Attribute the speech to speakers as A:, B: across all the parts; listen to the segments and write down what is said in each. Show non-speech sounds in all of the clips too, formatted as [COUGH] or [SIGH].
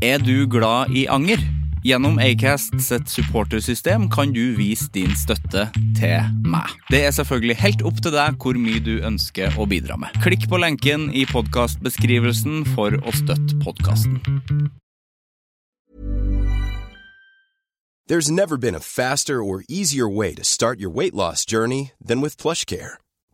A: Er du glad i anger? Gjennom Acast sitt supportersystem kan du vise din støtte til meg. Det er selvfølgelig helt opp til deg hvor mye du ønsker å bidra med. Klikk på lenken i podkastbeskrivelsen for å støtte podkasten.
B: There's never been a faster or easier way to start your weight loss journey than with PlushCare.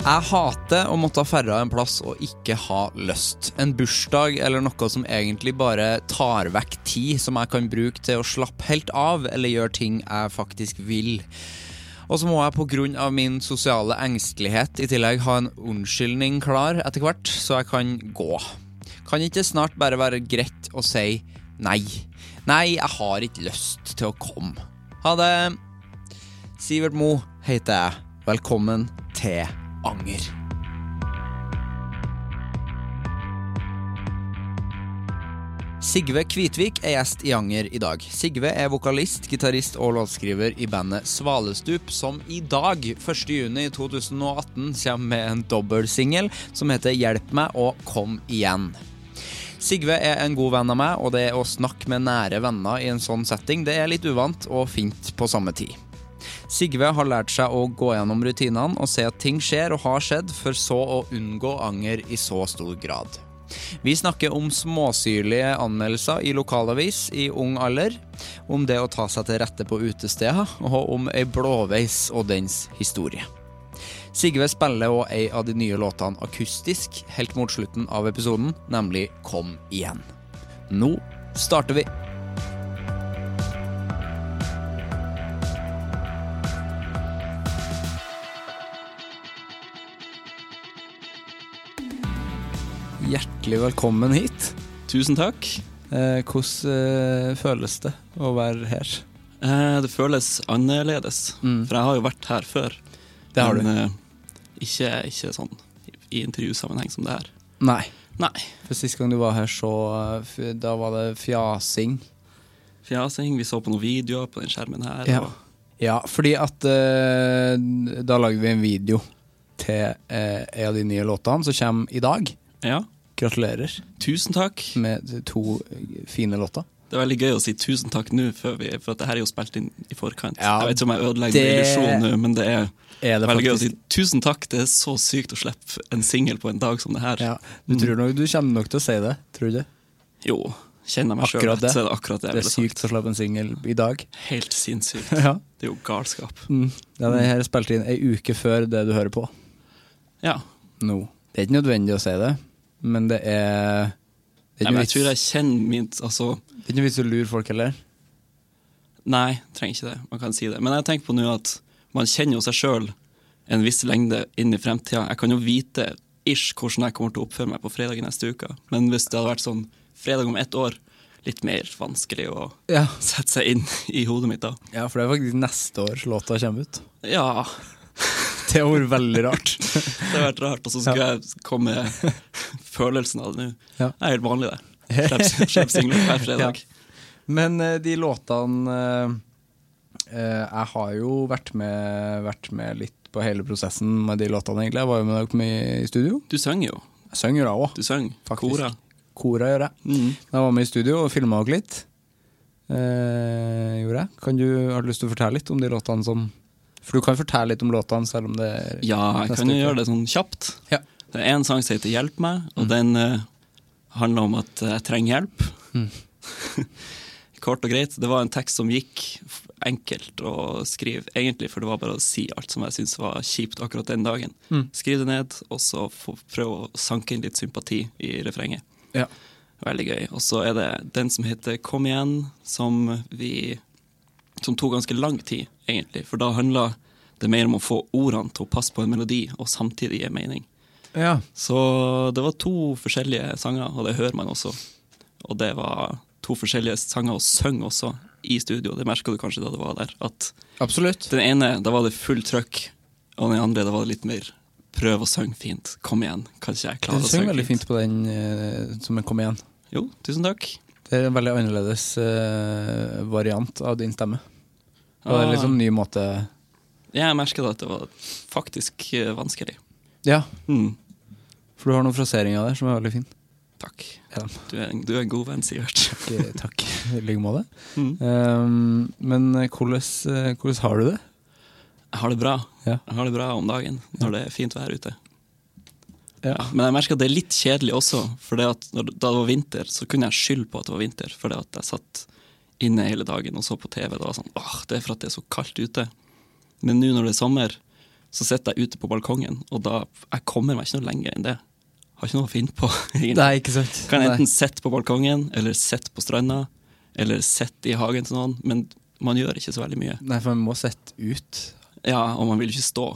A: Jeg hater å måtte ha ferra en plass og ikke ha lyst. En bursdag eller noe som egentlig bare tar vekk tid som jeg kan bruke til å slappe helt av eller gjøre ting jeg faktisk vil. Og så må jeg pga. min sosiale engstelighet i tillegg ha en unnskyldning klar etter hvert, så jeg kan gå. Kan ikke det snart bare være greit å si nei? Nei, jeg har ikke lyst til å komme. Ha det! Sivert Mo heter jeg. Velkommen til Anger. Sigve Kvitvik er gjest i Anger i dag. Sigve er vokalist, gitarist og låtskriver i bandet Svalestup, som i dag, 1.6.2018, kommer med en dobbeltsingel som heter Hjelp meg og Kom igjen. Sigve er en god venn av meg, og det å snakke med nære venner i en sånn setting, det er litt uvant og fint på samme tid. Sigve har lært seg å gå gjennom rutinene og se at ting skjer og har skjedd, for så å unngå anger i så stor grad. Vi snakker om småsyrlige anmeldelser i lokalavis i ung alder, om det å ta seg til rette på utesteder, og om ei blåveis og dens historie. Sigve spiller òg ei av de nye låtene akustisk helt mot slutten av episoden, nemlig Kom igjen. Nå starter vi. Hjertelig velkommen hit.
C: Tusen takk.
A: Eh, hvordan eh, føles det å være her?
C: Eh, det føles annerledes, for jeg har jo vært her før.
A: Mm. Det har du.
C: Mm. Men eh, ikke, ikke sånn i, i intervjusammenheng som det her.
A: Nei.
C: Nei.
A: For sist gang du var her, så eh, f- Da var det fjasing.
C: Fjasing, vi så på noen videoer på den skjermen her. og-
A: ja fordi at eh, Da lagde vi en video til eh, en av de nye låtene som kommer i dag.
C: ja.
A: Gratulerer
C: Tusen takk.
A: med to eh, fine låter.
C: Det er veldig gøy å si tusen takk nå, før vi- for at det her er jo spilt inn i forkant.
A: Ja,
C: jeg vet ikke om jeg ødelegger
A: det-
C: illusjonen nå, men det er,
A: Er det
C: veldig gøy å si
A: faktisk-
C: tusen takk. Det er så sykt å slippe en singel på en dag som det her.
A: Ja, du,
C: Mm.
A: tror nok, du kommer nok til å si det, tror du?
C: Jo, kjenner jeg meg sjøl
A: Akkurat
C: rett,
A: det.
C: så er det akkurat det jeg
A: Det er
C: ville sagt.
A: sykt å slippe en singel i
C: [LAUGHS]
A: dag.
C: Helt
A: [LAUGHS]
C: sinnssykt.
A: Ja.
C: Det er jo galskap.
A: Mm. Ja, det her er spilt inn ei uke før det du hører på.
C: Ja.
A: nå. Det er ikke nødvendig å si det, men det er Det
C: Nei,
A: er
C: men
A: ikke
C: jeg tror
A: noe
C: jeg
A: vits,
C: kjenner min altså,
A: det er ikke noe vits å lure folk heller.
C: Nei, trenger ikke det. Man kan si det. Men jeg tenker på nå at man kjenner jo seg sjøl en viss lengde inn i fremtida. Jeg kan jo vite ish hvordan jeg kommer til å oppføre meg på fredag i neste uke. Men hvis det hadde vært sånn fredag om ett år, litt mer vanskelig å
A: Ja.
C: sette seg inn i hodet mitt da.
A: for det er faktisk neste år låta kommer ut. [LAUGHS]
C: Ja,
A: Det har vært veldig rart.
C: det hadde vært rart. Og så skulle jeg komme med følelsen av det nå.
A: Ja.
C: Det er helt vanlig, det. Slipp singler
A: [LAUGHS]
C: hver fredag.
A: Men eh, de låtene eh, eh, Jeg har jo vært med, vært med litt på hele prosessen med de låtene, egentlig. Jeg var jo med dere med i studio.
C: Du synger jo.
A: Jeg synger da òg.
C: Du synger.
A: Faktisk.
C: Kora.
A: Kora gjør jeg.
C: Mm.
A: Da var jeg med i studio og filma dere litt. Eh, gjorde jeg. Kan du, har du lyst til å fortelle litt om de låtene som For du kan fortelle litt om låtene, selv om det er
C: Ja, jeg
A: neste
C: kan jo
A: uke.
C: gjøre det sånn kjapt.
A: Ja.
C: Det er en sang som heter 'Hjelp meg', og den eh, handler om at jeg trenger hjelp. [LAUGHS] Kort og greit. Det var en tekst som gikk f- enkelt å skrive, egentlig, for det var bare å si alt som jeg syntes var kjipt akkurat den dagen. Skriv det ned, og så få- prøv å sanke inn litt sympati i refrenget.
A: Ja.
C: Veldig gøy. Og så er det den som heter 'Kom igjen', som vi Som tok ganske lang tid, egentlig. For da handla det mer om å få ordene til å passe på en melodi, og samtidig gi mening.
A: ja.
C: Så det var to forskjellige sanger, og det hører man også. Og det var to forskjellige sanger å synge også, i studio. Det merka du kanskje da du var der. At
A: Absolutt.
C: den ene, da var det fullt trøkk, og den andre, da var det litt mer prøv å synge fint. Kom igjen, kanskje jeg klarer
A: Du
C: å
A: synger
C: synge
A: veldig
C: fint.
A: fint på den eh, som en kom igjen.
C: Jo, tusen takk.
A: Det er en veldig annerledes eh, variant av din stemme. Og det er litt
C: Ah.
A: sånn ny måte
C: Jeg merka at det var faktisk eh, vanskelig.
A: Ja,
C: Mm.
A: for du har noen fraseringer der som er
C: [LAUGHS]
A: veldig fin.
C: Takk.
A: Ja.
C: Du er, en- du er en god venn, Sivert.
A: Takk, Takk. I like måte.
C: Mm.
A: Um, men eh, hvordan, eh, hvordan har du det?
C: Jeg har det bra.
A: Ja.
C: Jeg har det bra om dagen når det er fint vær ute.
A: Ja.
C: Men jeg merka at det er litt kjedelig også. For det at når, da det var vinter, så kunne jeg skylde på at det var vinter. For det at jeg satt inne hele dagen og så på TV. Det var sånn, åh, det er for at det er så kaldt ute. Men nå når det er sommer, så sitter jeg ute på balkongen, og da jeg kommer meg ikke noe lenger enn det. Har ikke noe å finne på. [LAUGHS] egentlig.
A: Nei, ikke sant.
C: Kan
A: Nei.
C: enten sitte på balkongen, eller sitte på stranda, eller sitte i hagen til noen, men man gjør ikke så veldig mye.
A: Nei, for man må sette ut.
C: Ja, og man vil ikke stå.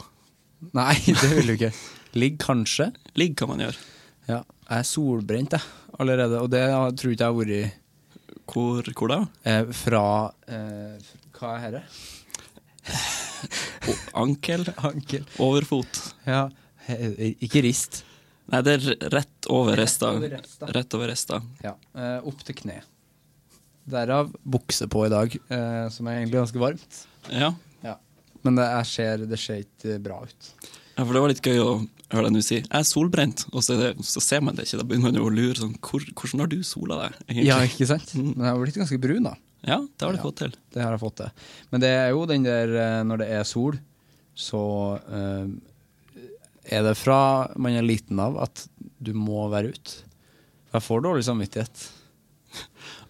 A: Nei, [LAUGHS] det vil du ikke. Ligg kanskje.
C: Ligg kan man gjøre.
A: Ja, jeg er solbrent jeg allerede, og det har- tror ikke jeg har vært
C: Hvor, hvor da?
A: eh, fra eh, Hva er herre?
C: O- Ankel?
A: [LAUGHS] Ankel.
C: Overfot?
A: Ja, he- ikke rist.
C: Nei, det er r- rett over resta.
A: over resta.
C: Rett over resta.
A: Ja, eh, opp til kne. Derav bukse på i dag, eh, som er egentlig ganske varmt.
C: Ja.
A: Ja. Men det, er, ser, det ser ikke bra ut.
C: ja, for det var litt gøy å høre deg nå si 'jeg er solbrent', og så, er det, så ser man det ikke. Da begynner man jo å lure sånn hvor, 'Hvordan har du sola deg?' egentlig?
A: Ja, ikke Mm. sant? Men jeg har blitt ganske brun, da.
C: ja, det har du fått til.
A: Det har jeg fått til. Men det er jo den der eh, når det er sol, så eh, er det fra man er liten av at du må være ute. Jeg får dårlig samvittighet.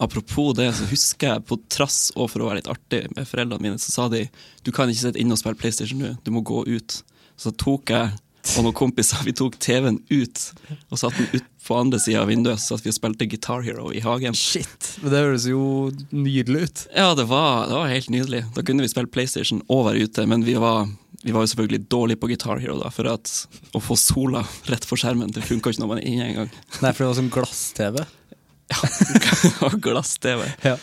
C: Apropos det, så husker jeg på trass og for å være litt artig med foreldrene mine, så sa de du kan ikke sitte inne og spille PlayStation nå, du må gå ut. Så tok jeg og noen kompiser vi tok TV-en ut og satte den ut på andre sida av vinduet, så satt vi og spilte Guitar Hero i hagen.
A: Shit! Men det høres jo nydelig ut.
C: Ja, det var, det var helt nydelig. Da kunne vi spille PlayStation og være ute, men vi var, vi var jo selvfølgelig dårlige på Guitar Hero, da, for at å få sola rett for skjermen, det funka ikke når man er inne engang.
A: [LAUGHS]
C: [LAUGHS]
A: Nei, for det var sånn glass-TV.
C: Glass-TV.
A: Ja.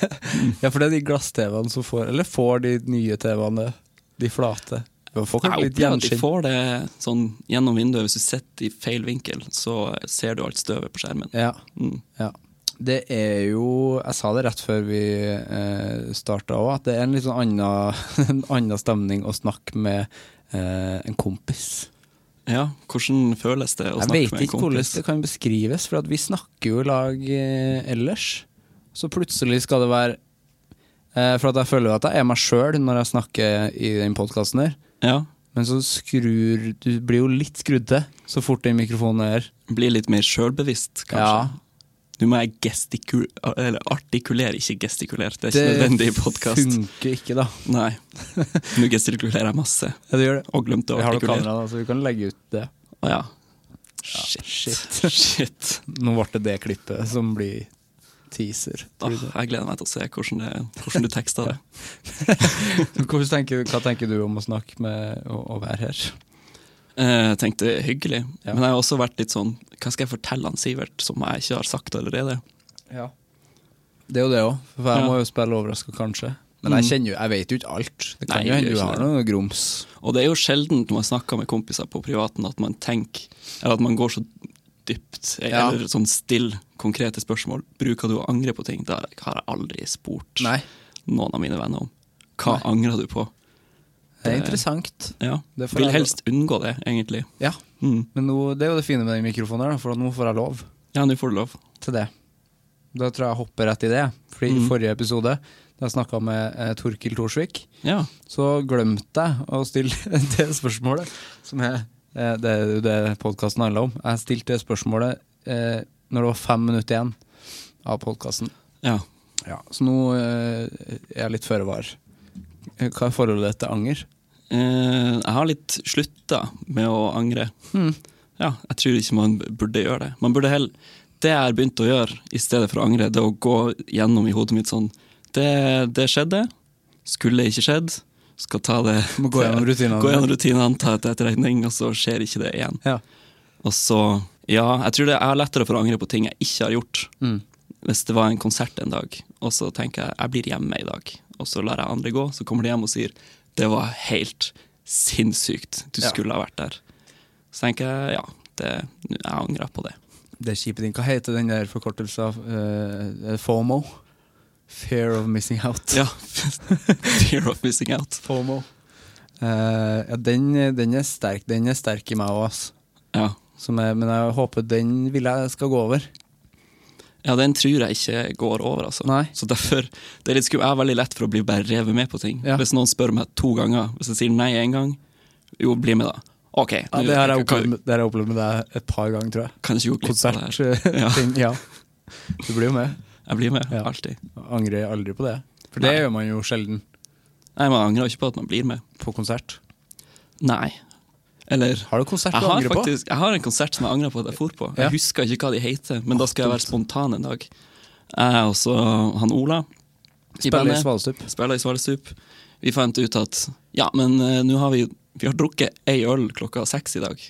A: [LAUGHS] ja, for det er de glass-TV-ene som får Eller får de nye TV-ene det? De flate? Man får kanskje
C: Jeg
A: litt
C: opplever at de
A: gjenskinn.
C: får det sånn gjennom vinduet. Hvis du sitter i feil vinkel, så ser du alt støvet på skjermen.
A: Ja.
C: Mm.
A: Ja. Det er jo Jeg sa det rett før vi eh, starta òg, at det er en litt sånn anna, [LAUGHS] en anna stemning å snakke med eh, en kompis.
C: Ja, hvordan føles det å
A: Jeg
C: snakke
A: vet
C: med en
A: ikke hvordan
C: kompis?
A: det kan beskrives, for at vi snakker jo i lag eh, ellers. Så plutselig skal det være eh, For at jeg føler jo at jeg er meg sjøl når jeg snakker i den podkasten her,
C: Ja,
A: men så skrur Du blir jo litt skrudd til så fort den mikrofonen er her.
C: Bli litt mer
A: Ja.
C: sjølbevisst, kanskje. Nå må jeg gestiku- eller artikulere, ikke gestikulere. Det er ikke nødvendig
A: Det
C: i podkast.
A: funker ikke, da.
C: Nei. Nå gestikulerer jeg masse,
A: Ja, det gjør det.
C: og glemte å
A: Vi har jo kamera,
C: artikulere.
A: da, så vi kan legge ut det.
C: Å, ja. Shit.
A: shit.
C: [LAUGHS] Shit.
A: Nå ble det det klippet som blir teaser.
C: Åh, jeg gleder meg til å se hvordan, det, hvordan du tekster det.
A: Hvordan tenker, hva tenker du om å snakke med å, å være her?
C: Eh, Jeg tenkte hyggelig,
A: Ja.
C: men jeg har også vært litt sånn Hva skal jeg fortelle han Sivert som jeg ikke har sagt allerede?
A: Det er jo det òg, for jeg
C: Ja. Mm.
A: må jo spille overraska, kanskje. Men jeg kjenner jo, jeg vet jo ikke alt. Det kan
C: Nei,
A: jo
C: jeg
A: hende
C: gjør
A: du
C: ikke
A: har
C: det.
A: noe grums.
C: Og det er jo sjelden når man snakker med kompiser på privaten at man tenker Eller at man går så dypt,
A: Ja.
C: eller sånn still konkrete spørsmål. Bruker du å angre på ting? Det har jeg aldri spurt
A: Nei.
C: noen av mine venner om. Hva angrer du på?
A: Det er
C: Det-
A: interessant.
C: Ja.
A: Det får
C: Eh, Vil
A: jeg-
C: helst unngå det, egentlig.
A: Ja.
C: Mm.
A: Men nå, det er jo det fine med den mikrofonen her, da, for at nå får jeg lov
C: Ja, nå får du lov. Mm.
A: til det. Da tror jeg jeg hopper rett i det. Fordi i forrige episode da jeg snakka med eh, Torkil Torsvik,
C: Ja.
A: så glemte jeg å stille [LAUGHS] det spørsmålet som jeg, eh, det er jo det podkasten handler om. Jeg stilte det spørsmålet eh, når det var fem minutter igjen av podkasten.
C: ja.
A: Så nå eh, er jeg litt føre var. Eh, Hva er forholdet ditt til anger?
C: Eh, jeg har litt slutta med å angre. Ja, jeg tror ikke man b- burde gjøre det. Man burde heller Det jeg har begynt å gjøre i stedet for å angre, det er å gå gjennom i hodet mitt sånn Det, det skjedde. Skulle ikke skjedd. Skal ta det
A: Må gå gjennom rutinene.
C: Gå gjennom rutinene, ta et etterregning, og så skjer ikke det igjen.
A: Ja.
C: Og så Ja, jeg tror det er lettere for å angre på ting jeg ikke har gjort. Hvis det var en konsert en dag, og så tenker jeg jeg blir hjemme i dag, og så lar jeg andre gå, så kommer de hjem og sier det var helt sinnssykt, du
A: Ja.
C: skulle ha vært der. Så tenker jeg ja, det, jeg angrer
A: [LAUGHS]
C: på det.
A: Det er kjipe ting. Hva heter den der forkortelsen av eh, FOMO? Fear of missing out.
C: Ja. Fear of missing out.
A: FOMO. Eh, ja, den, den er sterk. Den er sterk i meg òg, ass.
C: Ja.
A: Som jeg- Men jeg håper den vil jeg skal gå over.
C: ja, den tror jeg ikke går over, altså.
A: Nei.
C: Så derfor, det er litt skummelt. Jeg er veldig lett for å bli bare revet med på ting.
A: Ja.
C: Hvis noen spør meg to ganger, hvis jeg sier nei én gang, jo, bli med, da. Ok.
A: Ja,
C: nå-
A: det har jeg
C: kan-
A: opplevd, med- det har jeg opplevd med deg et par ganger, tror jeg.
C: Kanskje jo klipp på det her.
A: [LAUGHS]
C: Ja.
A: Konsertting. Ja. Du blir jo med.
C: Jeg blir med,
A: eh, Ja.
C: alltid.
A: Angrer aldri på det. For det
C: Nei.
A: gjør man jo sjelden
C: Nei, Man angrer jo ikke på at man blir med.
A: på konsert.
C: Nei. Eller
A: Har du konsert
C: jeg
A: du
C: har,
A: angrer på?
C: faktisk, jeg har en konsert som jeg angrer på at jeg for på. Jeg
A: Ja.
C: husker ikke hva de heter, men da skal jeg være spontan en dag. Jeg og så han Ola i
A: Spiller i
C: bandet.
A: Svalstup.
C: spiller i Svalestup. Vi fant ut at ja, men eh, nå har vi, vi har drukket ei øl klokka seks i dag.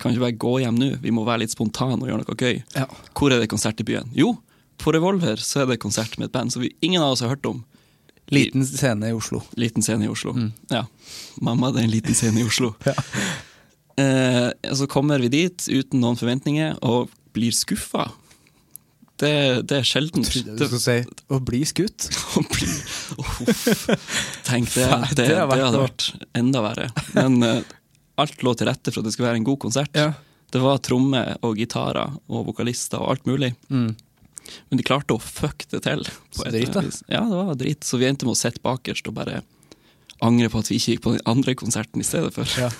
C: Kan vi ikke bare gå hjem nå? Vi må være litt spontane og gjøre noe gøy.
A: Ja.
C: Hvor er det konsert i byen? Jo, på Revolver så er det konsert med et band som vi, ingen av oss har hørt om.
A: Liten scene i
C: [LAUGHS]
A: Oslo.
C: Liten scene i Oslo. Ja. Mamma, det er en liten scene i Oslo.
A: Ja.
C: eh, og så kommer vi dit uten noen forventninger og blir skuffa. Det, det er sjelden.
A: Du skal si 'å bli skutt'.
C: Å bli Uff. Tenk det.
A: Faen,
C: Det,
A: det
C: det,
A: har vært
C: hadde
A: noe.
C: vært enda verre. Men eh, alt lå til rette for at det skulle være en god konsert.
A: Ja.
C: Det var trommer og gitarer og vokalister og alt mulig. Men de klarte å fucke det til.
A: Mm.
C: på
A: Så
C: et
A: drit, da.
C: vis. Ja, det var drit. Så vi endte med å sitte bakerst og bare angre på at vi ikke gikk på den andre konserten i stedet for.
A: Ja.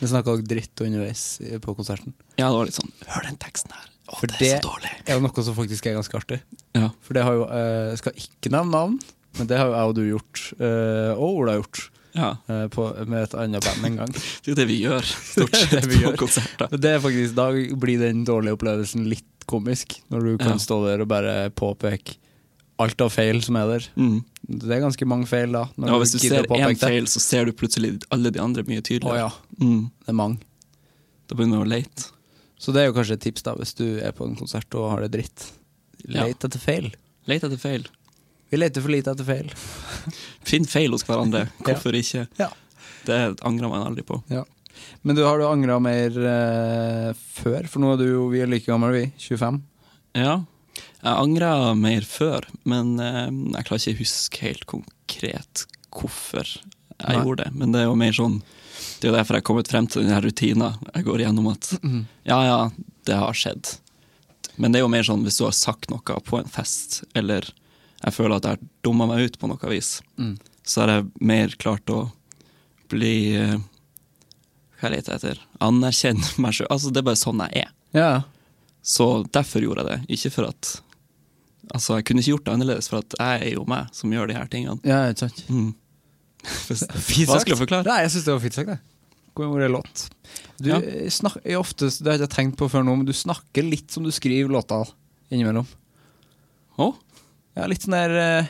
A: Vi snakka dritt underveis i- på konserten.
C: Ja, det var litt sånn Hør den teksten her. Å,
A: For
C: det, er
A: det-
C: så dårlig.
A: Er det noe som faktisk er ganske artig?
C: Ja.
A: For det har jo, eh, jeg skal ikke nevne navn, men det har jo jeg og du gjort, eh, og Ola gjort,
C: ja.
A: eh, på, med et annet band en gang.
C: Det er jo det vi gjør
A: [LAUGHS]
C: stort
A: Det er det
C: sett
A: vi
C: på
A: gjør.
C: konserter.
A: Men det er faktisk, Da blir den dårlige opplevelsen litt komisk, når du kan
C: Ja.
A: stå der og bare påpeke alt av feil som er der.
C: Mm.
A: Det er ganske mange feil, da. Når
C: Ja, hvis du
A: gidder
C: ser
A: å påpeke
C: én
A: det.
C: feil, så ser du plutselig alle de andre mye
A: Å ja,
C: tydeligere. Mm.
A: det er mange.
C: Da begynner du å lete.
A: Så det er jo kanskje et tips da, hvis du er på en konsert og har det dritt.
C: Ja.
A: Let etter feil.
C: Lete etter feil.
A: Vi leter for lite etter feil.
C: Finn feil hos hverandre. Hvorfor ikke?
A: [LAUGHS] Ja.
C: Det angrer man aldri på.
A: Ja. Men du har du angra mer eh, før? For nå er du jo vi er like gamle, vi. 25.
C: Ja. Jeg angra mer før, men eh, jeg klarer ikke å huske helt konkret hvorfor jeg
A: Nei.
C: gjorde det. Men det er jo mer sånn Det er jo derfor jeg har kommet frem til den her rutina. Jeg går igjennom at ja, ja, det har skjedd. Men det er jo mer sånn hvis du har sagt noe på en fest, eller jeg føler at jeg har dumma meg ut på noe vis, så har jeg mer klart å bli eh, Hva er det jeg leter etter? Anerkjenne [LAUGHS] meg sjøl. Altså, det er bare sånn jeg er.
A: Ja,
C: Så derfor gjorde jeg det. Ikke for at Altså, jeg kunne ikke gjort det annerledes, for at jeg er jo meg som gjør de her tingene. Mm.
A: ja, ikke sant.
C: Hva skulle jeg forklare?
A: Nei, jeg syns det var fint sagt, det. God ordet låt. Du
C: Ja.
A: eh, snak, er ofte, det har jeg ikke tenkt på før nå, men du snakker litt som du skriver låta innimellom.
C: Å?
A: Ja, litt sånn der eh,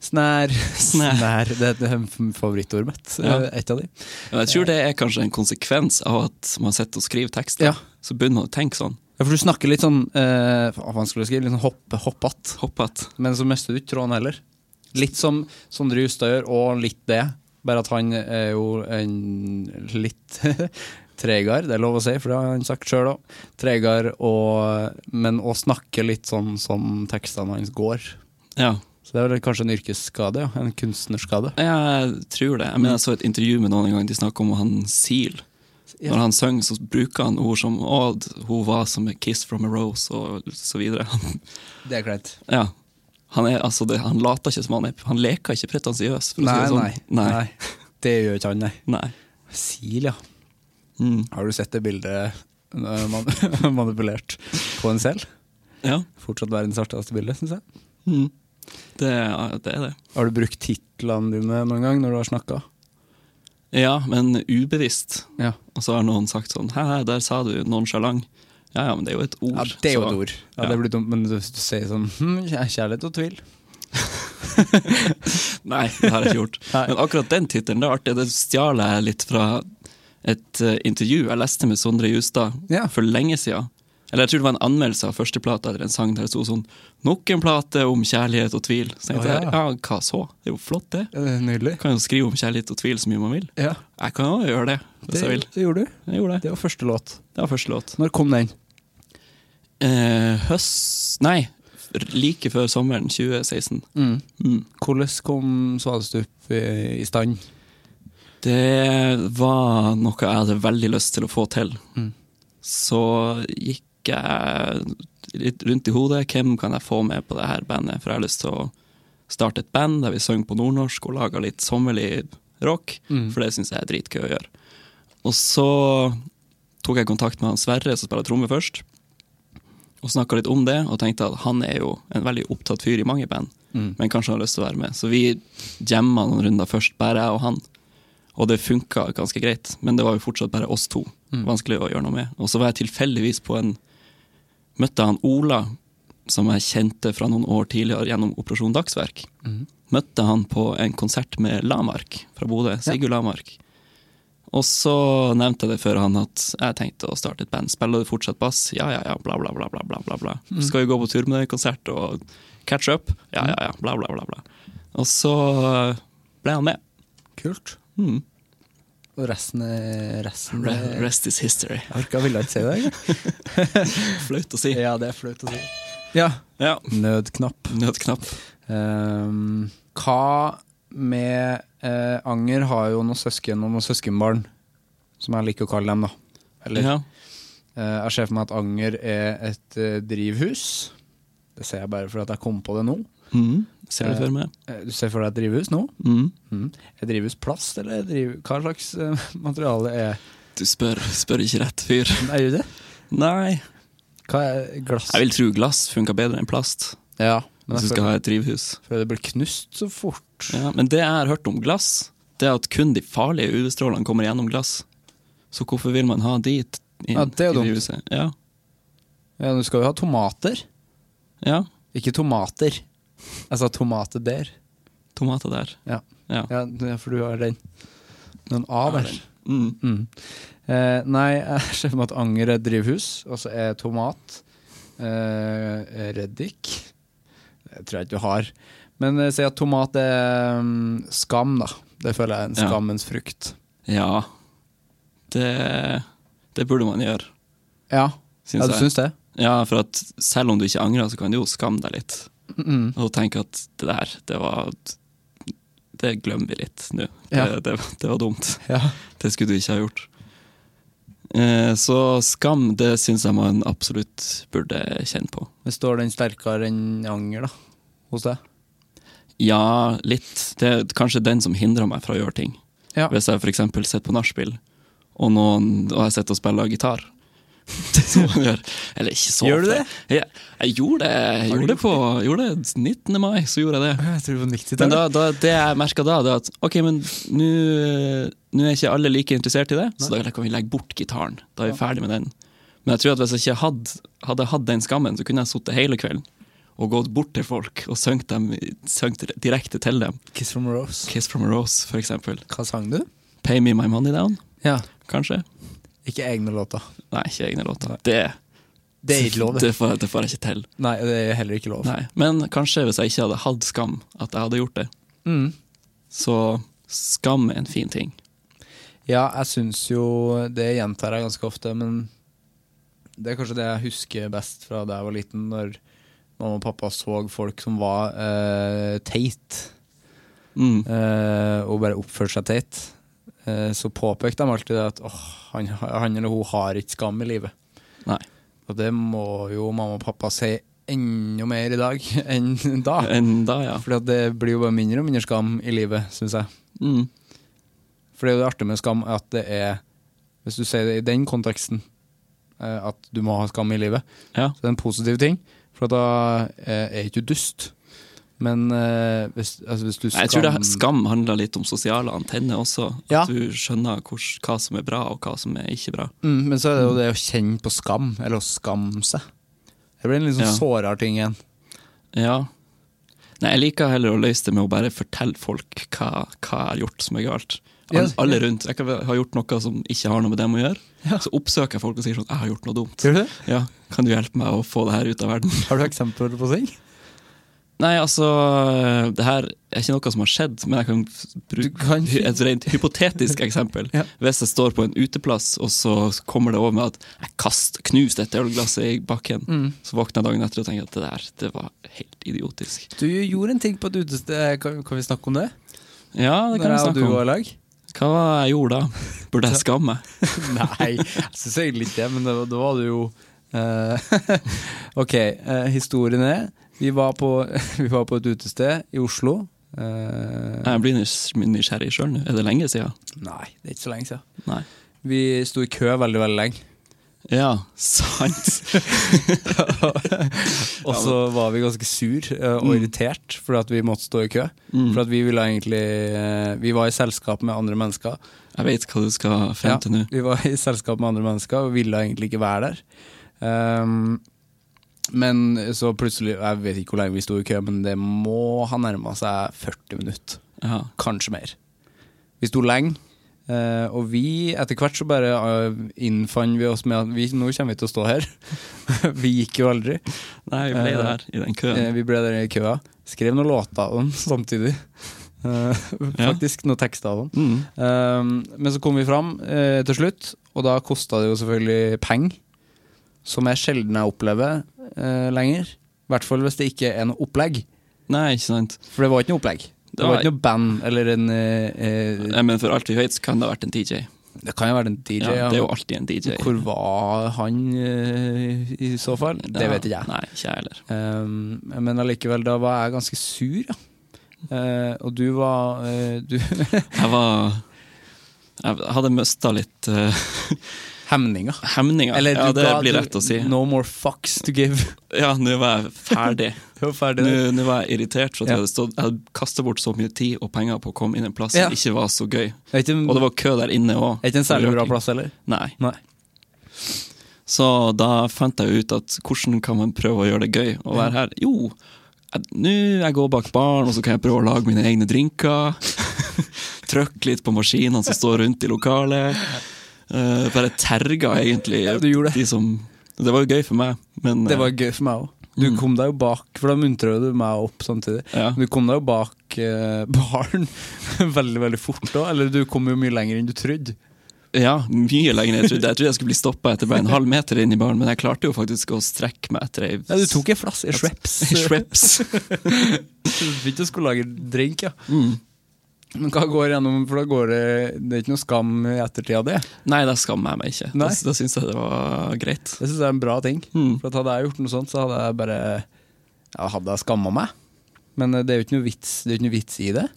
A: [LAUGHS] Snær
C: Snær.
A: Snær. Det er et favorittordet mitt.
C: Ja.
A: eh, Et av de.
C: Men Jeg tror det er kanskje en konsekvens av at man sitter og skriver tekster.
A: Ja.
C: Så begynner man å tenke sånn.
A: Ja, for du snakker litt sånn eh, faen, vanskelig å skrive, litt sånn hoppe, hoppete.
C: Hoppet.
A: Men så mister du ikke tråden heller. Litt som Sondre Justad gjør, og litt det. Bare at han er jo en litt [LAUGHS] tregere, det er lov å si, for det har han sagt sjøl òg. Tregere, og, men å snakke litt sånn som tekstene hans går.
C: Ja.
A: Så det er vel kanskje en yrkesskade, ja. En kunstnerskade.
C: Jeg tror det. Jeg mener jeg så et intervju med noen en gang de snakker om han Seal.
A: Ja.
C: Når han synger, så bruker han ord som Å, hun var som a kiss from a rose, og så videre.
A: Det er kleint.
C: Ja. Han, er, altså det, han later ikke som han er Han leker ikke pretensiøs, for å
A: Nei,
C: si det sånn.
A: nei, nei. [LAUGHS] Det gjør ikke han, nei.
C: Nei.
A: Sil, ja.
C: Mm.
A: Har du sett det bildet eh, [LAUGHS] man manipulert på en selv?
C: Ja.
A: Fortsatt verdens artigste bilde, syns jeg.
C: Mm. Det, er- det er det.
A: Har du brukt titlene dine noen gang når du har snakka?
C: Ja, men ubevisst.
A: Ja.
C: Og så har noen sagt sånn Hæ, hæ, der sa du nonchalant. Ja, ja, men det er jo et ord.
A: ja, det er jo
C: så-
A: et ord. Ja,
C: ja.
A: det blir dumt, men du, du sier sånn hm, kjær- Kjærlighet og tvil.
C: Nei, det har jeg ikke gjort.
A: [LAUGHS] Nei.
C: Men akkurat den tittelen, det er artig. Det stjal jeg litt fra et eh, intervju jeg leste med Sondre Justad
A: Ja.
C: for lenge siden. Eller jeg tror det var en anmeldelse av førsteplata eller en sang der det sto sånn 'Nok en plate om kjærlighet og tvil'. Så tenkte
A: Å,
C: jeg, ja, hva så? Det er jo flott, det.
A: Ja, det er Nydelig.
C: Jeg kan jo skrive om kjærlighet og tvil så mye man vil.
A: Ja,
C: Jeg kan jo gjøre det, hvis
A: det,
C: jeg vil.
A: det gjorde du.
C: Jeg gjorde det.
A: Det var første låt.
C: Det var første låt.
A: Når kom den?
C: Eh, høst Nei, like før sommeren 2016. Mm.
A: Hvordan kom Svalestup i, i stand?
C: Det var noe jeg hadde veldig lyst til å få til.
A: Mm.
C: Så gikk jeg litt rundt i hodet. Hvem kan jeg få med på det her bandet? For jeg har lyst til å starte et band der vi sang på nordnorsk og laga litt sommerlig rock.
A: Mm.
C: For det syns jeg er dritgøy å gjøre. Og så tok jeg kontakt med han Sverre, som spiller tromme først, og snakka litt om det. Og tenkte at han er jo en veldig opptatt fyr i mange band,
A: Mm.
C: men kanskje han har lyst til å være med. Så vi jamma noen runder først, bare jeg og han. Og det funka ganske greit, men det var jo fortsatt bare oss to.
A: Mm.
C: Vanskelig å gjøre noe med. Og så var jeg tilfeldigvis på en Møtte han Ola, som jeg kjente fra noen år tidligere gjennom Operasjon Dagsverk.
A: Mhm.
C: Møtte han på en konsert med Lamark fra Bodø. Sigurd Lamark. Og så nevnte jeg det før han at jeg tenkte å starte et band. Spiller du fortsatt bass? Ja, ja, ja, bla, bla, bla. bla, bla, bla, bla. Skal vi gå på tur med deg i konsert og catch up? Ja, ja, ja, bla, bla, bla. bla. Og så ble han med.
A: Kult.
C: Mm.
A: Og resten er resten
C: Re-
A: er-
C: Rest is history.
A: Jeg orka ville ikke si det. jeg.
C: Flaut å si.
A: [LAUGHS] Ja, det er flaut å si. Ja.
C: Ja.
A: Nødknapp.
C: Nødknapp.
A: Ehm, hva med eh, Anger har jo noen søsken og noen søskenbarn, som jeg liker å kalle dem, da. Eller,
C: Ja.
A: eh, jeg ser for meg at Anger er et eh, drivhus. Det ser jeg bare fordi at jeg kom på det nå.
C: Mm. Ser
A: Eh,
C: du for meg?
A: Eh, du ser for deg et drivhus nå?
C: Mm.
A: Mm. Er drivhus plast, eller er driv... hva slags eh, [LAUGHS] materiale er
C: Du spør, spør ikke rett fyr.
A: Er det det?
C: Nei.
A: Hva er glass?
C: Jeg vil tro glass funker bedre enn plast
A: Ja, men
C: hvis du
A: jeg
C: skal
A: føler,
C: ha et drivhus.
A: føler det blir knust så fort.
C: Ja, men det jeg har hørt om glass, det er at kun de farlige UV-strålene kommer gjennom glass. Så hvorfor vil man ha de t- inn
A: Ja, det er
C: i
A: dumt.
C: drivhuset? Ja.
A: Ja, du skal jo ha tomater.
C: ja.
A: Ikke tomater. Jeg sa tomater der.
C: Tomater der.
A: Ja.
C: ja.
A: Ja, det er for du har den. Noen A
C: Jeg har
A: der.
C: den. Mm.
A: Mm. Eh, nei, jeg ser for meg at anger er drivhus, og så er tomat eh, reddik. Det tror jeg ikke du har. Men eh, si at tomat er mm, skam, da. Det føler jeg er en
C: Ja.
A: skammens frukt.
C: Ja. Det, det burde man gjøre,
A: Ja,
C: syns
A: ja du
C: jeg.
A: syns det?
C: Ja, for at selv om du ikke angrer, så kan du jo skamme deg litt.
A: Mm.
C: Og tenke at det der, det var Det glemmer vi litt nå.
A: Ja.
C: Det, det, det var dumt.
A: Ja.
C: Det skulle du ikke ha gjort. Eh, så skam, det syns jeg man absolutt burde kjenne på.
A: Men står den sterkere enn anger, da? Hos deg?
C: Ja, litt. Det er kanskje den som hindrer meg fra å gjøre ting.
A: Ja.
C: Hvis jeg f.eks. sitter på nachspiel, og, noen- og jeg sitter og spiller gitar. [LAUGHS] Som man gjør. Eller ikke så
A: Gjør du
C: ofte. Jeg, jeg gjorde det, jeg
A: Har du
C: gjorde det på gjorde det 19. mai. så gjorde jeg det.
A: Jeg tror det var nyttig.
C: Men da, da, det jeg merka da, det er at ok, men nå nå er ikke alle like interessert i det, så da kan vi legge bort gitaren. Da er vi ferdig med den. Men jeg tror at hvis jeg ikke hadde, hadde jeg hatt den skammen, så kunne jeg sittet hele kvelden og gått bort til folk og sunget, dem, sunget direkte til dem.
A: Kiss from a Rose.
C: Kiss from a Rose, for eksempel.
A: Hva sang du?
C: Pay me my money down,
A: Ja.
C: kanskje?
A: Ikke egne låter.
C: Nei, ikke egne låter. Det,
A: Det er ikke lov.
C: det, får, det får jeg ikke til.
A: Nei, det er heller ikke lov.
C: Nei. Men kanskje hvis jeg ikke hadde hatt skam, at jeg hadde gjort det.
A: Mm.
C: Så skam er en fin ting.
A: Ja, jeg syns jo Det gjentar jeg ganske ofte, men det er kanskje det jeg husker best fra da jeg var liten, når mamma og pappa så folk som var eh, teit,
C: Mm.
A: eh, og bare oppførte seg teit. Eh, så påpekte de alltid det at åh, han, han eller hun har ikke skam i livet.
C: Nei.
A: Og det må jo mamma og pappa si enda mer i dag [LAUGHS] enn da.
C: Enn da, ja.
A: For det blir jo bare mindre og mindre skam i livet, syns jeg.
C: Mm.
A: For det er jo det artige med skam at det er Hvis du sier det i den konteksten, eh, at du må ha skam i livet,
C: Ja.
A: så det er en positiv ting. For da eh, er ikke du dust. Men eh, hvis, altså, hvis du
C: Nei, Jeg tror det, skam handler litt om sosiale antenner også. At
A: Ja.
C: du skjønner hvor, hva som er bra, og hva som er ikke bra.
A: mm, Men så er det jo det å kjenne på skam, eller å skamme seg. Det blir en litt sånn
C: Ja.
A: sårere ting igjen.
C: Ja. Nei, jeg liker heller å løse det med å bare fortelle folk hva, hva jeg har gjort som er galt.
A: Ja,
C: Al- Alle rundt. Jeg kan ha gjort noe som ikke har noe med dem å gjøre. Så oppsøker jeg folk og sier sånn 'Jeg har gjort noe dumt'.
A: Gjør du det?
C: Ja, Kan du hjelpe meg å få det her ut av verden?
A: Har du eksempler på ting?
C: Nei, altså Det her er ikke noe som har skjedd, men jeg kan f-
A: Du
C: bruke
A: kan-
C: hy- [LAUGHS] et rent hypotetisk eksempel.
A: [LAUGHS] Ja.
C: Hvis jeg står på en uteplass, og så kommer det over med at jeg kast, knuste et ølglass i bakken,
A: Mm.
C: så våkner jeg dagen etter og tenker at det der det var helt idiotisk.
A: Du gjorde en ting på et utested, kan, kan vi snakke om det?
C: Ja, det kan
A: Når
C: jeg
A: jeg og du
C: snakke om.
A: var i lag?
C: Hva var det jeg
A: [LAUGHS]
C: gjorde da? Burde jeg skamme meg?
A: Nei, jeg syns egentlig ikke det, men det, var- da var det jo eh, [LAUGHS] Ok, eh, historien er vi var, på, [LAUGHS] vi var på et utested i Oslo. eh,
C: Jeg blir nys- nysgjerrig sjøl nå. Er det lenge siden?
A: nei, det er ikke så lenge siden.
C: Nei.
A: Vi sto i kø veldig, veldig lenge.
C: Ja, sant.
A: [LAUGHS] Og så var vi ganske sur eh, og irritert fordi at vi måtte stå i kø. For at vi ville egentlig eh, Vi var i selskap med andre mennesker.
C: Jeg vet hva du skal frem til nå.
A: Vi var i selskap med andre mennesker og ville egentlig ikke være der. Ehm, men så plutselig, jeg vet ikke hvor lenge vi sto i kø, men det må ha nærma seg 40 minutter.
C: Ja.
A: Kanskje mer. Vi sto lenge, eh, og vi etter hvert så bare eh, innfant vi oss med at vi, nå kommer vi til å stå her. [LAUGHS] vi gikk jo aldri.
C: Nei, vi ble der i den køen.
A: Eh, Vi ble der i køa. Skrev noen låter av den samtidig. Eh,
C: Ja.
A: Faktisk noen tekster av den.
C: Mm.
A: Um, men så kom vi fram eh, til slutt, og da kosta det jo selvfølgelig penger. Som jeg sjelden jeg opplever eh, lenger. I hvert fall hvis det ikke er noe opplegg.
C: Nei, ikke sant.
A: For det var ikke noe opplegg. Det var
C: Nei.
A: ikke noe band eller en eh, eh,
C: Nei, men for alt vi vet, så kan det ha vært en DJ.
A: Det kan jo være en DJ.
C: ja, det er jo
A: men
C: alltid en DJ.
A: Hvor var han eh, i så fall? Det
C: Ja,
A: vet ikke jeg.
C: Nei, ikke jeg heller.
A: Um, men allikevel, da var jeg ganske sur, ja. Eh, og du var eh, Du [LAUGHS]
C: Jeg var Jeg hadde mista litt eh,
A: Hemninger.
C: hemninger.
A: Eller
C: ja,
A: du
C: det
A: ga-
C: blir
A: du-
C: rett å si.
A: No more fucks to give.
C: Ja, nå var jeg ferdig.
A: [LAUGHS] Det var ferdig.
C: Nå nå var jeg irritert for
A: Ja.
C: at jeg hadde, stått- jeg hadde kasta bort så mye tid og penger på å komme inn en plass
A: Ja.
C: som ikke var så gøy.
A: Det er ikke en,
C: Og det var kø der inne òg.
A: det er ikke en særlig bra plass heller.
C: Nei.
A: Nei.
C: Så da fant jeg ut at hvordan kan man prøve å gjøre det gøy å være her? Jo, jeg- nå jeg går bak baren, og så kan jeg prøve å lage mine egne drinker. [LAUGHS] Trøkk litt på maskinene som står rundt i lokalet. Eh, bare terga egentlig
A: du gjorde det.
C: de som Det var jo gøy for meg, men
A: Det var
C: eh,
A: gøy for meg òg. Du kom deg jo bak, for da muntra du meg opp samtidig.
C: Ja.
A: Du kom deg jo bak eh, [LAUGHS] baren veldig veldig fort da, eller du kom jo mye lenger enn du trodde.
C: ja, mye lenger enn jeg trodde. Jeg trodde jeg skulle bli stoppa etter bare en halv meter inn i baren, men jeg klarte jo faktisk å strekke meg etter ei
A: Ja, du
C: [LAUGHS]
A: tok ei flass, ei Shreps. [LAUGHS]
C: Shreps.
A: Du begynte å skulle lage drink, ja.
C: Mm.
A: Men hva går gjennom, for da går det Det er ikke noe skam i ettertid av det.
C: Nei, da skammer jeg meg ikke. Da,
A: Nei.
C: da syns jeg det var greit.
A: Det syns jeg er en bra ting.
C: Mm.
A: For at Hadde jeg gjort noe sånt, så hadde jeg bare ja, Hadde jeg skamma meg. Men eh, det er jo ikke noe vits, det er jo ikke noe vits i det.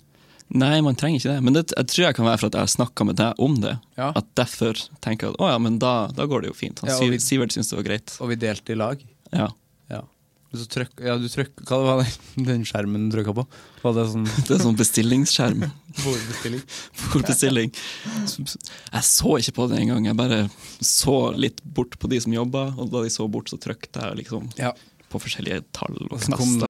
C: Nei, man trenger ikke det. Men det, jeg tror jeg kan være for at jeg har snakka med deg om det.
A: Ja.
C: At derfor tenker jeg at å ja, men da, da går det jo fint. Han
A: Ja, og
C: Siv-
A: vi-
C: Sivert syns det var greit.
A: Og vi delte i lag.
C: Ja. [LAUGHS]
A: Ja. Men Så trykk, ja, du trykk, hva var det, [LAUGHS] den skjermen du trykka på? Var det sånn
C: Det er sånn bestillingsskjerm.
A: [LAUGHS]
C: [LAUGHS]
A: bordbestilling?
C: Bordbestilling. Jeg så ikke på det engang. Jeg bare så litt bort på de som jobba, og da de så bort, så trykte jeg liksom
A: Ja.
C: på forskjellige tall og
A: så kom
C: knaster.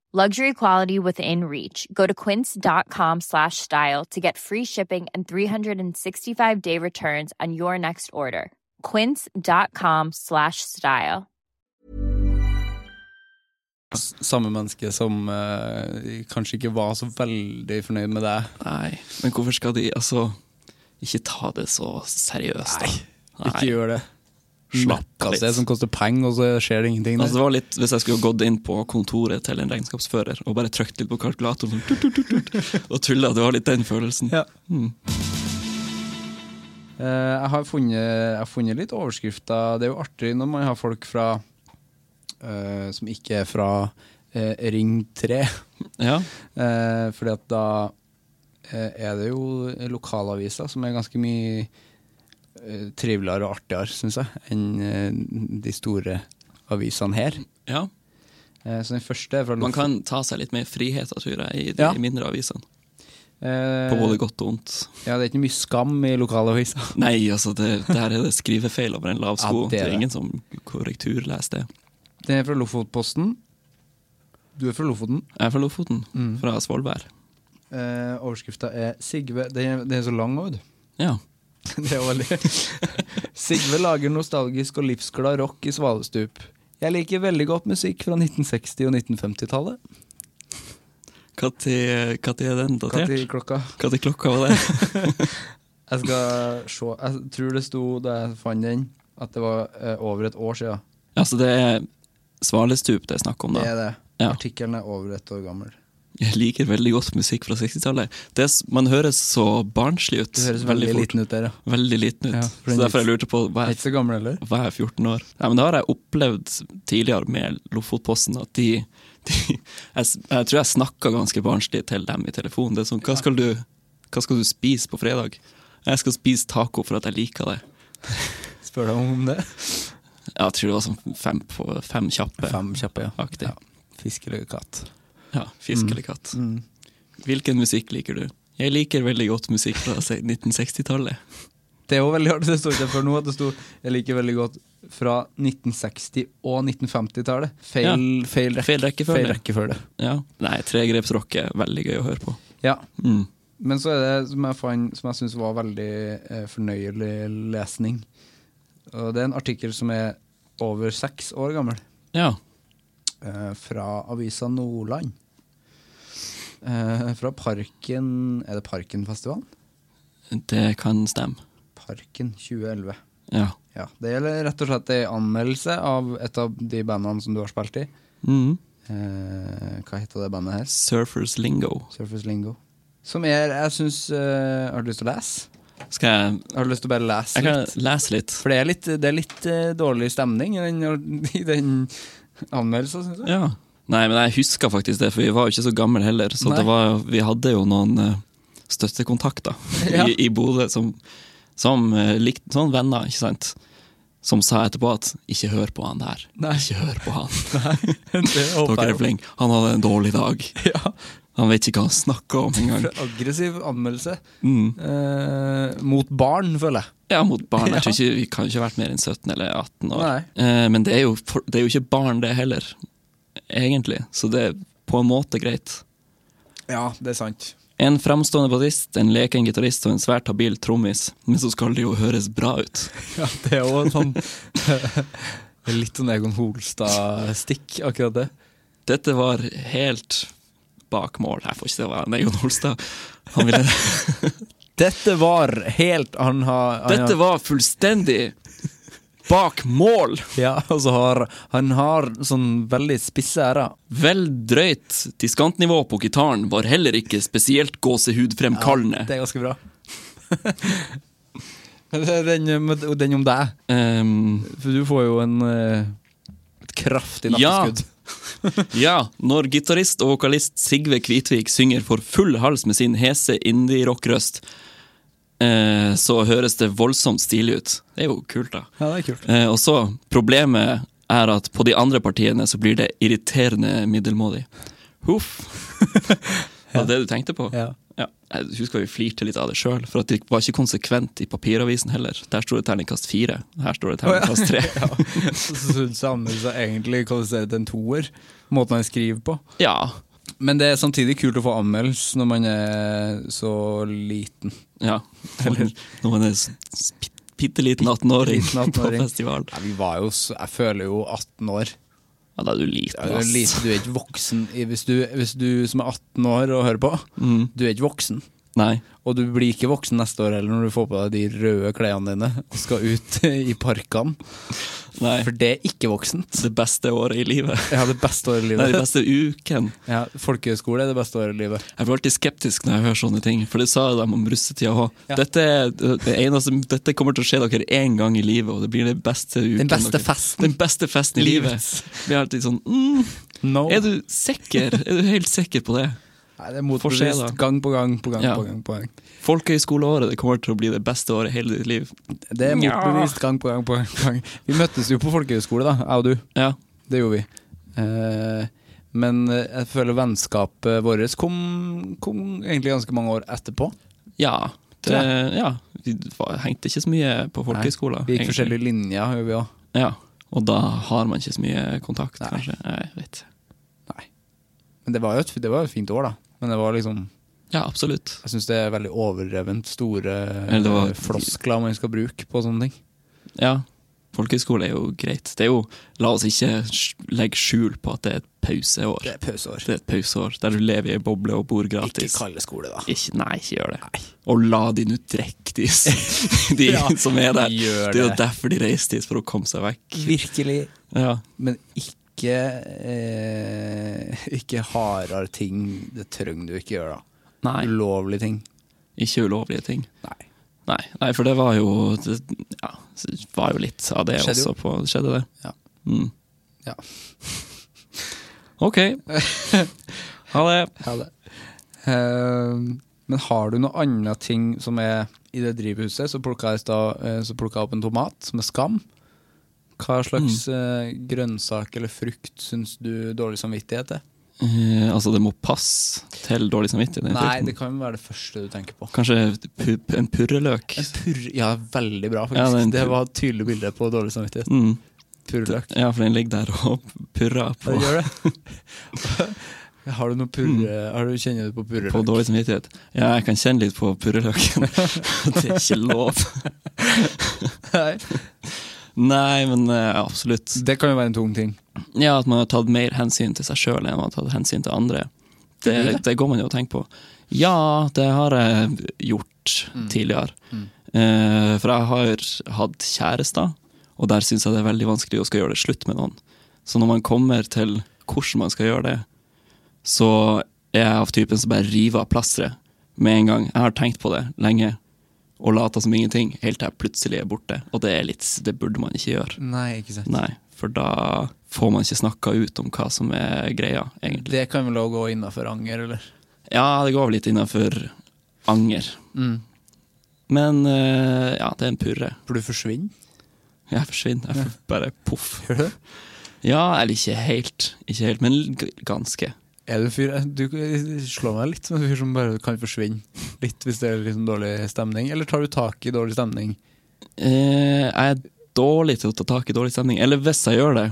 D: Luxury quality within reach. Go to quince.com slash style to get free shipping and 365 day returns on your next order. Quince.com slash style.
A: S- Samme menneske som eh, kanskje ikke var så veldig fornøyd med deg.
C: Nei, men hvorfor skal de altså ikke ta det så seriøst? Nei,
A: Ikke gjør det.
C: Slapp av
A: Møkka
C: litt.
A: seg som koster penger, og så skjer det ingenting. der.
C: Altså, det var litt, hvis jeg skulle gått inn på kontoret til en regnskapsfører og bare trykt litt på kalkulatoren sånn, tut,
A: [LAUGHS]
C: tut, tut, tut, og tulla, det var litt den følelsen.
A: Ja. Eh, jeg, har funnet, jeg har funnet litt overskrifter. Det er jo artig når man har folk fra eh, som ikke er fra eh, Ring 3.
C: Ja.
A: Uh, fordi at da eh, er det jo lokalaviser som er ganske mye eh, triveligere og artigere, syns jeg, enn eh, de store avisene her.
C: ja.
A: Eh, så den første er fra
C: Man kan ta seg litt mer friheter, tror jeg, i de
A: Ja.
C: mindre avisene.
A: Eh,
C: På både godt og ondt.
A: Ja, det er ikke mye skam i lokalaviser. [LAUGHS]
C: Nei, altså, det, der er det skrivefeil over en lav sko.
A: Ja, det
C: det,
A: er
C: er
A: det.
C: ingen som korrekturleser det.
A: Den er fra Lofotposten. Du er fra Lofoten.
C: Jeg er fra Lofoten,
A: Mm.
C: fra Svolvær.
A: Eh, Overskrifta er Sigve Det er, det er så lang òg, du.
C: Ja.
A: [LAUGHS] Det er veldig Sigve lager nostalgisk og livsglad rock i svalestup. Jeg liker veldig godt musikk fra 1960- og 1950-tallet.
C: Når er den datert?
A: Når klokka
C: Når klokka var det? [LAUGHS]
A: Jeg skal se Jeg tror det sto da jeg fant den, at det var eh, over et år siden.
C: altså, det er Svalestup det er snakk om,
A: Det
C: da.
A: er det.
C: Ja.
A: Artikkelen er over et år gammel.
C: Jeg liker veldig godt musikk fra 60-tallet. Det s- Man høres så barnslig ut.
A: Det høres veldig,
C: fort.
A: liten ut der, ja.
C: Veldig liten ut.
A: Ja, for
C: så
A: den
C: derfor jeg
A: litt-
C: lurte på hva
A: Er
C: er,
A: ikke så gammel heller.
C: hva er 14 år? Nei, men Det har jeg opplevd tidligere med Lofotposten. At de, de jeg, s- jeg tror jeg snakka ganske barnslig til dem i telefonen. Det er sånn, hva skal, du, hva skal du spise på fredag? Jeg skal spise taco for at jeg liker det.
A: Spør deg om det.
C: Jeg tror det var sånn fem, på, fem kjappe.
A: Fem kjappe, ja.
C: Aktig.
A: Ja. Mm. Fisk eller katt.
C: Ja, Fisk eller katt. Hvilken musikk liker du? Jeg liker veldig godt musikk fra se- 1960-tallet.
A: Det er jo veldig hardt, det sto ikke før nå at det sto Jeg liker veldig godt fra 1960- og 1950-tallet. Feil,
C: Ja.
A: feil, rekke,
C: Feil rekkefølge.
A: Feil rekkefølge.
C: Ja. Nei, tregrepsrock er veldig gøy å høre på.
A: Ja.
C: Mm.
A: Men så er det som jeg, fant- som jeg syns var veldig eh, fornøyelig lesning. Og det er en artikkel som er over seks år gammel,
C: Ja.
A: eh, fra avisa Nordland. Eh, fra Parken Er det Parkenfestivalen?
C: Det kan stemme.
A: Parken 2011.
C: Ja.
A: Ja, Det gjelder rett og slett ei anmeldelse av et av de bandene som du har spilt i.
C: Mm.
A: Eh, hva heter det bandet her?
C: Surfers Lingo.
A: Surface Lingo. Som er, jeg syns Har du lyst til å lese?
C: Skal jeg
A: Har du lyst til å bare lese
C: Jeg kan
A: litt?
C: lese litt.
A: For det er litt, det er litt eh, dårlig stemning i den, [LAUGHS] i den anmeldelsen, syns jeg.
C: Ja. Nei, men jeg husker faktisk det, for vi var jo ikke så gamle heller. Så
A: Nei.
C: det var, vi hadde jo noen eh, [LAUGHS] støttekontakter
A: Ja.
C: i, i Bodø som, som eh, likte sånn venner, ikke sant. Som sa etterpå at 'ikke hør på han der',
A: Nei.
C: ikke hør på han. [LAUGHS]
A: Det håper
C: Dere er
A: jeg.
C: flink. Han hadde en dårlig [LAUGHS] dag.
A: Ja.
C: Han vet ikke hva han snakker om engang.
A: For aggressiv anmeldelse.
C: Mm.
A: Eh, mot barn, føler jeg.
C: Ja, mot barn.
A: [LAUGHS] Ja.
C: Jeg tror ikke, vi kan ikke ha vært mer enn 17 eller 18 år.
A: Nei.
C: Eh, men det er, jo, for- det er jo ikke barn, det heller, egentlig. Så det er på en måte greit.
A: Ja, det er sant.
C: En framstående bassist, en leken gitarist og en svært habil trommis. Men så skal det jo høres bra ut.
A: Ja, det er jo en sånn [LAUGHS] Litt sånn Egon Holstad-stikk, akkurat det.
C: Dette var helt bak mål. Jeg får ikke si hva han Egon Holstad han ville.
A: [LAUGHS] Dette var helt Han har han
C: Dette
A: har-
C: var fullstendig bak mål!
A: Ja, [LAUGHS] og så har han har sånn veldig spisse ærer.
C: Vel drøyt diskantnivå på gitaren var heller ikke spesielt gåsehudfremkallende.
A: Det er ganske bra. [LAUGHS] Men det er den, med- og den om deg,
C: Ehm,
A: for du får jo en eh, et kraftig
C: Ja.
A: nakkeskudd.
C: Ja, når gitarist og vokalist Sigve Kvitvik synger for full hals med sin hese indie-rockrøst, eh, så høres det voldsomt stilig ut. Det er jo kult, da.
A: Ja. det er kult.
C: Eh, og så, problemet er at på de andre partiene så blir det irriterende middelmådig. Huff. [LAUGHS] Det var det du tenkte på?
A: Ja.
C: Jeg husker vi flirte litt av det sjøl, for at det var ikke konsekvent i papiravisen heller. Der står det terningkast fire, her står det terningkast tre.
A: Savner seg egentlig kvalifisere til en toer, måten han skriver på.
C: Ja.
A: Men det er samtidig kult å få anmeldelse når man er så liten.
C: ja. Noen er bitte liten 18-åring
A: Liten
C: på
A: 18-åring.
C: festival.
A: Ja, vi var jo, s- jeg føler jo 18 år.
C: Ja, da er du liten,
A: Ja, Du er,
C: ass.
A: liten, du er ikke voksen. i- Hvis du, hvis du som er 18 år og hører på, du er ikke voksen.
C: Nei.
A: Og du blir ikke voksen neste år heller når du får på deg de røde klærne dine og skal ut [LAUGHS] i parkene.
C: Nei.
A: For det er ikke voksent.
C: Det beste året i livet.
A: Jeg har det beste året i
C: Nei,
A: livet. [LAUGHS]
C: den beste uken.
A: Ja, Folkehøyskole er det beste året i livet.
C: Jeg blir alltid skeptisk når jeg hører sånne ting, for det sa de om russetida òg.
A: Ja.
C: Dette, er det eneste- dette kommer til å skje dere én gang i livet, og det blir den beste uken.
A: Den beste
C: dere-
A: festen.
C: Den beste festen i livet.
A: Livets.
C: Vi er alltid sånn mm,
A: No.
C: Er du sikker? Er du helt sikker på det?
A: Nei, det er
C: Får se, da.
A: motbevist gang på gang på gang
C: Ja.
A: på gang. på gang
C: Folkehøyskoleåret det kommer til å bli det beste året i hele ditt liv.
A: Det er motbevist gang på gang på gang. på gang. Vi møttes jo på folkehøyskole, da, jeg og du.
C: Ja.
A: Det gjorde vi. Eh, Men eh, jeg føler vennskapet vårt kom, kom egentlig ganske mange år etterpå.
C: Ja. Det,
A: Tror
C: ja. Vi var- hengte ikke så mye på folkehøyskolen.
A: Nei, Vi gikk
C: egentlig.
A: forskjellige linjer, gjorde vi òg.
C: Ja. Og da har man ikke så mye kontakt, kanskje. Nei, Jeg vet.
A: Men det var jo et, det var jo et fint år, da. Men det var liksom
C: Ja, absolutt.
A: Jeg syns det er veldig overdrevent store
C: Eller det var-
A: eh, floskler man skal bruke på sånne ting.
C: Ja, folkehøyskole er jo greit. Det er jo, la oss ikke sj- legge skjul på at det er et pauseår.
A: Det er pauseår.
C: Det er et pauseår der du lever i ei boble og bor gratis.
A: kalle skole, da.
C: Ikke, nei, ikke gjør det. Og la de nå drikke,
A: [LAUGHS]
C: de, s- de
A: Ja,
C: som er der.
A: gjør
C: det er jo
A: det.
C: derfor de reiser dit, for å komme seg vekk.
A: Virkelig.
C: Ja,
A: Men ikke eh, Ikke hardere ting. Det trenger du ikke gjøre, da.
C: Nei,
A: Ulovlige ting.
C: ikke ulovlige ting.
A: Nei.
C: Nei, nei for det var jo det, ja, det var jo litt av det
A: Skjedde jo.
C: også på Skjedde det?
A: Ja.
C: Mm.
A: Ja.
C: [LAUGHS]
A: [LAUGHS]
C: Ok. Ha det.
A: Ja, det. Ehm, men har du noe annet ting som er i det drivhuset? Så plukka jeg, i stad, eh, så plukket jeg opp en tomat som er skam. Hva slags
C: Mm.
A: eh, grønnsak eller frukt syns du dårlig samvittighet er?
C: Eh, altså, det må passe til dårlig samvittighet. den
A: Nei,
C: frukten.
A: det kan jo være det første du tenker på.
C: Kanskje pu- en purreløk?
A: En purr, ja, veldig bra,
C: Ja,
A: faktisk.
C: det er en
A: det
C: purr.
A: var et tydelig bilde på dårlig samvittighet.
C: Mm.
A: Purreløk.
C: Ja, for den ligger der og [LAUGHS] purrer
A: Ja,
C: på,
A: det gjør det. [LAUGHS] har du noe purre... Har du, kjenner du på purreløk?
C: på dårlig samvittighet. Ja, jeg kan kjenne litt
A: [LAUGHS]
C: på purreløken. [LAUGHS] det er ikke lov.
A: Nei.
C: Nei, men eh, absolutt.
A: Det kan jo være en tung ting.
C: Ja, at man har tatt mer hensyn til seg sjøl enn man har tatt hensyn til andre. Det, det går man jo og tenker på. Ja, det har jeg gjort tidligere. Eh, for jeg har hatt kjærester, og der syns jeg det er veldig vanskelig å skal gjøre det slutt med noen. Så når man kommer til hvordan man skal gjøre det, så er jeg av typen som bare river av plasteret med en gang. Jeg har tenkt på det lenge og later som ingenting, helt til jeg plutselig er borte. Og det, er litt, det burde man ikke gjøre.
A: Nei, ikke sant.
C: Nei, for da får man ikke snakka ut om hva som er greia, egentlig.
A: Det kan vel òg gå innafor anger, eller?
C: Ja, det går vel litt innafor anger.
A: Mm.
C: Men eh, ja, det er en purre.
A: Burde du forsvinne?
C: Jeg forsvinner. Jeg får bare poff.
A: [LAUGHS] Gjør du det?
C: Ja, eller ikke helt. Ikke helt, men g- ganske.
A: Er du en fyr Du slår meg litt som en fyr som bare kan forsvinne litt hvis det er liksom dårlig stemning, eller tar du tak i dårlig stemning?
C: Eh, jeg er dårlig til å ta tak i dårlig stemning. Eller hvis jeg gjør det,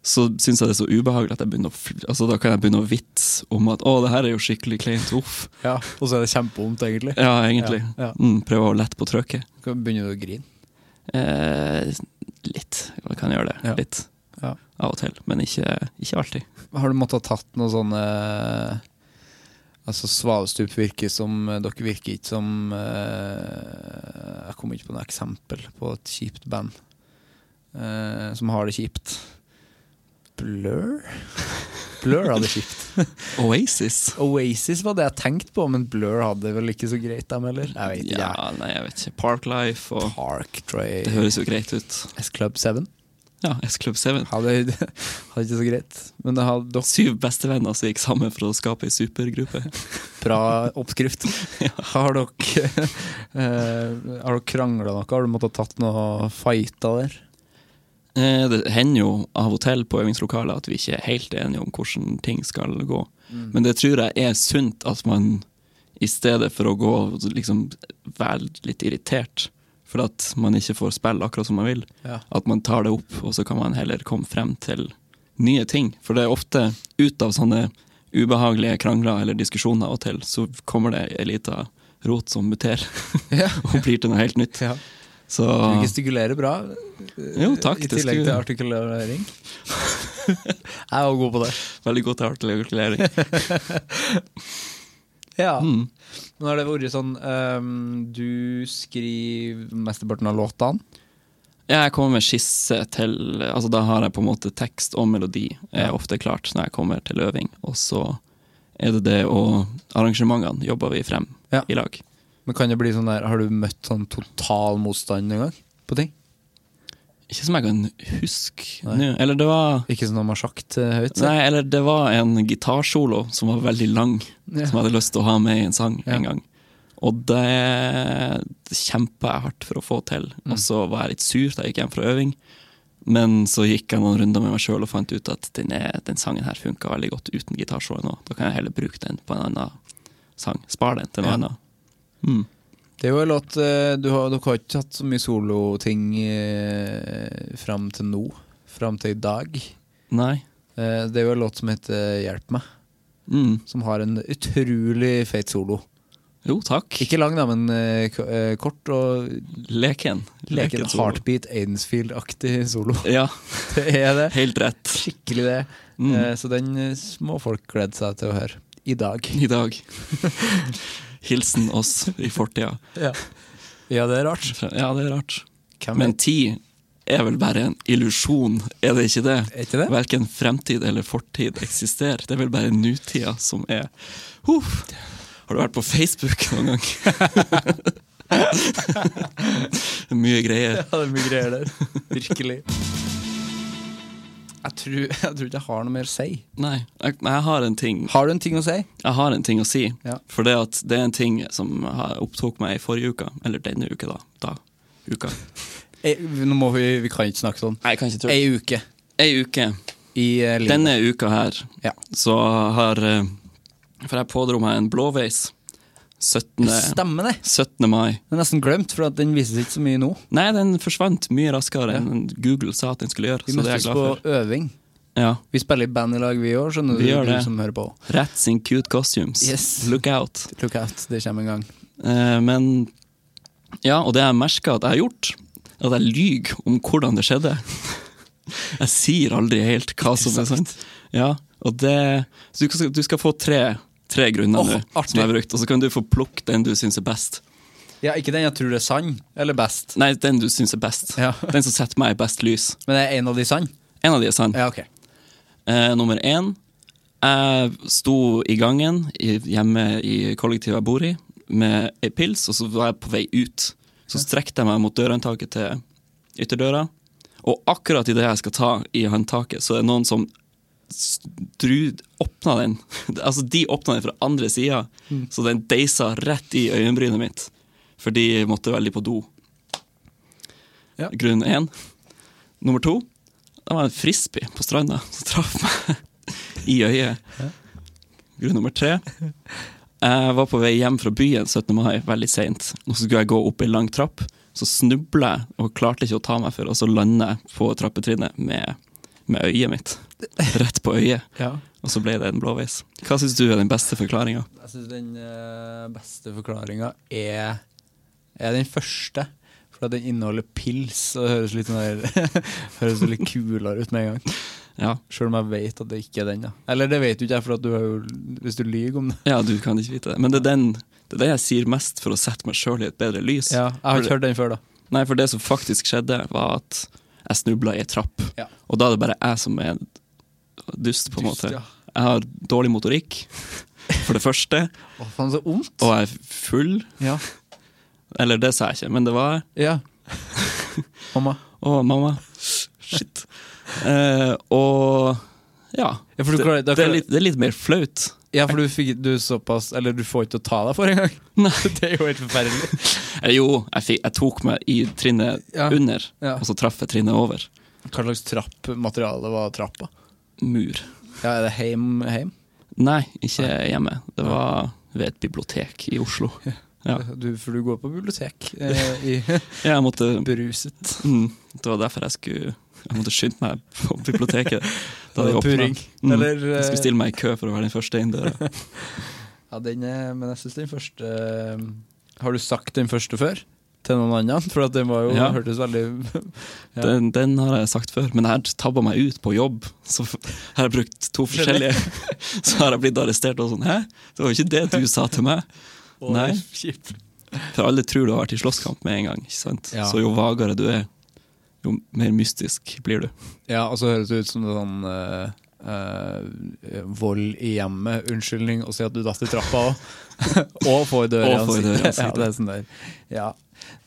C: så syns jeg det er så ubehagelig at jeg begynner å fl- altså, da kan jeg begynne å vitse om at å, det her er jo skikkelig kleint. Uff.
A: Ja, og så er det kjempevondt, egentlig.
C: Ja, egentlig.
A: Ja, ja.
C: Mm, prøve å lette på trykket.
A: Begynner du å grine?
C: Eh, litt. Jeg kan gjøre det.
A: Ja.
C: Litt.
A: Ja.
C: Av og til, men ikke, ikke alltid.
A: Har du måttet ha tatt noe sånne Altså, Svalestup virker som eh, Dere virker ikke som eh, Jeg kommer ikke på noe eksempel på et kjipt band eh, som har det kjipt. Blur? [LAUGHS] Blur hadde det kjipt.
C: Oasis?
A: Oasis var det jeg tenkte på, men Blur hadde det vel ikke så greit, dem heller. Jeg vet ikke.
C: Ja, nei, jeg vet ikke. Parklife og
A: Park
C: Det
A: Dre
C: høres jo greit ut.
A: S Club 7
C: Ja, S-Club 7.
A: hadde, [LAUGHS] hadde ikke så greit, men det hadde dere
C: Syv bestevenner som gikk sammen for å skape ei supergruppe.
A: bra oppskrift. Har dere, eh, har dere krangla noe? Har du måttet tatt noe fighta der?
C: Eh, Eh, Det hender jo av og til på øvingslokaler at vi ikke er helt enige om hvordan ting skal gå.
A: Mm.
C: Men det tror jeg er sunt at man i stedet for å gå og liksom være litt irritert for at man ikke får spille akkurat som man vil,
A: Ja.
C: at man tar det opp, og så kan man heller komme frem til nye ting. For det er ofte ut av sånne ubehagelige krangler eller diskusjoner av og til, så kommer det ei lita rot som muterer
A: Ja.
C: [LAUGHS] og blir til noe helt nytt.
A: Ja.
C: Så
A: Du
C: [LAUGHS]
A: gestikulerer bra. eh,
C: Jo, takk,
A: I
C: det
A: tillegg
C: skulle-
A: til artikulering. Jeg var god på det.
C: veldig godt
A: [LAUGHS]
C: artikulering.
A: Ja.
C: Mm.
A: Men har det vært sånn ehm, Du skriver mesteparten av låtene.
C: Jeg kommer med skisse til Altså Da har jeg på en måte tekst og melodi er ofte klart når jeg kommer til øving. Og så er det det, og arrangementene jobber vi frem
A: Ja.
C: i lag.
A: Men kan det bli sånn der Har du møtt sånn total motstand en gang på ting?
C: Ikke som jeg kan huske nå. Eller det var
A: Ikke som de har sagt eh, høyt?
C: Nei, eller det var en gitarsolo som var veldig lang,
A: Ja.
C: som jeg hadde lyst til å ha med i en sang
A: Ja.
C: en gang. Og det kjempa jeg hardt for å få til.
A: Mm.
C: Og så var jeg litt sur da jeg gikk hjem fra øving. Men så gikk jeg noen runder med meg sjøl og fant ut at den, er, den sangen her funka veldig godt uten gitarsolo nå. Da kan jeg heller bruke den på en annen sang. Spar den til noe
A: Ja.
C: annet.
A: Det er jo en låt eh, du har, Dere har ikke hatt så mye soloting eh, fram til nå. Fram til i dag.
C: Nei.
A: Eh, det er jo en låt som heter 'Hjelp meg',
C: Mm.
A: som har en utrolig feit solo.
C: Jo, takk.
A: Ikke lang, da, men eh, k- eh, kort og
C: leken.
A: leken
C: solo.
A: heartbeat Aidensfield-aktig solo. [LAUGHS]
C: Ja,
A: Det er det.
C: helt rett.
A: Skikkelig det.
C: Mm.
A: Eh, så den eh, må folk glede seg til å høre. I dag.
C: I
A: [LAUGHS]
C: dag. Hilsen oss i fortida.
A: Ja, det er rart.
C: Ja, det er rart.
A: Hvem
C: Men
A: vet?
C: tid er vel bare en illusjon, er det ikke det?
A: Er ikke det?
C: Verken fremtid eller fortid eksisterer. Det er vel bare nutida som er Huff. Har du vært på Facebook noen gang? [LAUGHS] Mye greier.
A: Ja, det er mye greier [LAUGHS] der. Virkelig. Jeg tror, jeg tror ikke jeg har noe mer å si.
C: Nei, jeg, men jeg har en ting
A: Har du en ting å si?
C: Jeg har en ting å si.
A: Ja.
C: For det, at det er en ting som har- opptok meg i forrige uke. Eller denne uke, da. da. Uka.
A: Ei, Eh, nå må vi, vi kan ikke snakke sånn.
C: Nei, jeg kan ikke
A: Ei uke
C: Ei uke.
A: i eh, livet.
C: Denne uka her
A: Ja.
C: så har eh, For jeg pådro meg en blåveis 17.
A: Stemmer det.
C: 17. mai.
A: Den er nesten glemt, for at den vises ikke så mye nå.
C: Nei, den forsvant mye raskere enn Google sa at den skulle gjøre.
A: Vi
C: Så det er jeg
A: møttes
C: glad
A: på
C: for.
A: øving.
C: Ja.
A: Vi spiller i band i lag, vi òg, skjønner
C: Vi
A: du,
C: gjør
A: du
C: det.
A: som hører på.
C: Rats in cute costumes.
A: Yes.
C: Look out.
A: Look out, det kommer en gang.
C: Eh, men Ja, og det jeg merker at jeg har gjort, er at jeg lyver om hvordan det skjedde. [LAUGHS] Jeg sier aldri helt hva som er sant. Ja, og det Så du skal, du skal få tre, tre grunner
A: Åh,
C: nå,
A: artig.
C: som jeg har brukt, og så kan du få plukke den du syns er best.
A: Ja, ikke den jeg tror er sann, eller best.
C: Nei, den du syns er best.
A: Ja.
C: Den som setter meg i best lys.
A: Men det er en av de sann?
C: En av de er sann.
A: Ja, ok.
C: Eh, nummer én. Jeg sto i gangen i, hjemme i kollektivet jeg bor i, med ei pils, og så var jeg på vei ut. Så strekte jeg meg mot dørhåndtaket til ytterdøra, og akkurat idet jeg skal ta i håndtaket, så er det noen som s- dru, åpna den. [LAUGHS] altså, de åpna den fra andre sida, så den deisa rett i øyenbrynet mitt. For de måtte veldig på do.
A: Ja.
C: Grunn én. Nummer to. Det var en frisbee på stranda som traff meg i øyet. Grunn nummer tre. Jeg var på vei hjem fra byen 17. mai, veldig seint. Og så skulle jeg gå opp ei lang trapp. Så snubla jeg og klarte ikke å ta meg for, og så landa jeg på trappetrinnet med, med øyet mitt. Rett på øyet.
A: Ja.
C: Og så ble det en blåveis. Hva syns du er den beste forklaringa?
A: Jeg syns den eh, beste forklaringa er, er den første. For at den inneholder pils, og det høres litt, sånn der, [LAUGHS] høres litt kulere ut med en gang.
C: Ja.
A: Sjøl om jeg vet at det ikke er den. da Eller det vet du ikke, jeg, for at du har jo, hvis du lyver om det.
C: ja, du kan ikke vite det. Men det er den, det er det jeg sier mest for å sette meg sjøl i et bedre lys.
A: Ja, jeg har
C: For det-
A: ikke hørt den før, da.
C: Nei, for det som faktisk skjedde, var at jeg snubla i ei trapp.
A: Ja.
C: Og da er det bare jeg som er dust, på en
A: Dust,
C: måte.
A: ja.
C: Jeg har dårlig motorikk, for det første,
A: Å, faen, så vondt!
C: og jeg er full.
A: Ja.
C: Eller det sa jeg ikke, men det var jeg.
A: [LAUGHS] ja. Mamma.
C: Å, mamma. Shit. Eh, og ja.
A: Ja, for du
C: det,
A: klarer- da
C: det, er
A: klarer-
C: litt, det er litt mer flaut.
A: Ja, for du fikk du såpass Eller du får ikke å ta deg for engang.
C: [LAUGHS] Nei.
A: [LAUGHS] Det er jo helt forferdelig.
C: Eh, Eller jo, jeg, fikk, jeg tok meg i trinnet
A: Ja.
C: under,
A: Ja.
C: og så traff jeg trinnet over.
A: Hva slags trapp, materiale var trappa?
C: Mur.
A: Ja, er det heim? heim?
C: Nei, ikke hjemme. Det var ved et bibliotek i Oslo. Ja,
A: Du, for du går på bibliotek [LAUGHS] eh, i
C: jeg måtte
A: Bruset.
C: mm, Det var derfor jeg skulle Jeg måtte skynde meg på
A: [LAUGHS]
C: biblioteket. Da de
A: Purring.
C: åpnet. Mm.
A: Eller,
C: Jeg skulle
A: eh,
C: stille meg i kø for å være den første inn døra.
A: Ja, den er, men jeg syns den første eh, Har du sagt den første før? Til noen annen? For at den var jo,
C: Ja.
A: hørtes veldig [LAUGHS] Ja.
C: Den, den har jeg sagt før, men jeg har tabba meg ut på jobb. Så f- her har jeg brukt to forskjellige. [LAUGHS] Så har jeg blitt arrestert og sånn Hæ, det var jo ikke det du sa til
A: [LAUGHS]
C: meg? Nei.
A: kjipt.
C: For alle tror du har vært i slåsskamp med en gang, ikke sant?
A: Ja.
C: Så jo vagere du er, jo mer mystisk blir du.
A: Ja, og så høres det ut som det er sånn eh, eh, vold i hjemmet, unnskyldning, og si at du datt i trappa òg. [LAUGHS] og får dør i
C: Og får dør i
A: ansiktet. [LAUGHS] Ja,
C: ansiktet.
A: det er sånn der. Ja.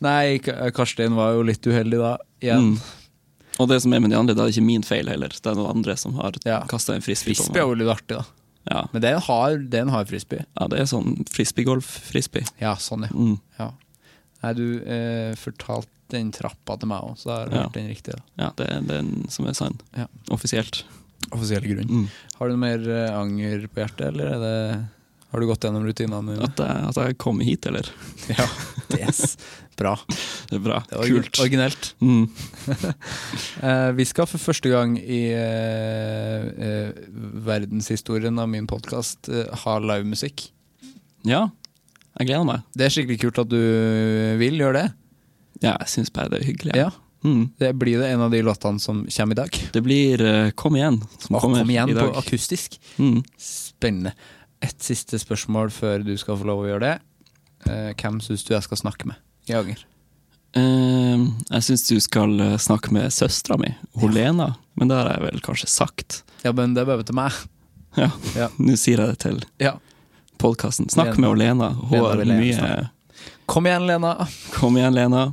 A: Nei, K- Karstein var jo litt uheldig da, igjen.
C: Mm. Og det som er med de andre, det er ikke min feil heller. Det er noen andre som har
A: Ja.
C: kastet kasta en frisbee,
A: Frisbee er
C: på meg.
A: jo litt artig, da.
C: Ja.
A: Men det er en hard, det er en hard frisbee.
C: ja, det er sånn frisbeegolf-frisbee.
A: Ja, sånn, ja.
C: Mm.
A: ja. Nei, du eh, fortalte den trappa til meg òg, så jeg har
C: Ja.
A: hørt den riktig. da.
C: Ja, det er den som er sann.
A: Ja.
C: Offisielt.
A: Offisiell grunn.
C: Mm.
A: Har du noe mer eh, anger på hjertet, eller er det har du gått gjennom rutinene dine?
C: At, jeg, at jeg kom hit, eller?
A: [LAUGHS] Ja. Yes. Bra.
C: Det er bra.
A: Det var
C: Kult.
A: Originelt.
C: Mm.
A: Eh, vi skal for første gang i eh, eh, verdenshistorien av min podkast eh, ha livemusikk.
C: Ja, jeg gleder meg.
A: Det er skikkelig kult at du vil gjøre det.
C: Ja, jeg syns bare det er hyggelig.
A: Ja.
C: Mm.
A: det blir det en av de låtene som kommer i dag?
C: Det blir eh, Kom igjen, som
A: Å,
C: kommer
A: kom igjen
C: i dag.
A: på akustisk.
C: Mm.
A: Spennende. Et siste spørsmål før du skal få lov å gjøre det. Eh, hvem syns du jeg skal snakke med? i Anger.
C: Eh, jeg syns du skal eh, snakke med søstera mi, Holena. Men det har jeg vel kanskje sagt.
A: Ja, men det er bare til meg.
C: Ja,
A: Ja.
C: nå sier jeg det til
A: Ja.
C: podkasten. Snakk med Olena. Hun
A: Lena
C: har
A: vil jeg
C: mye
A: snakke Kom igjen, Lena.
C: Kom igjen, Lena.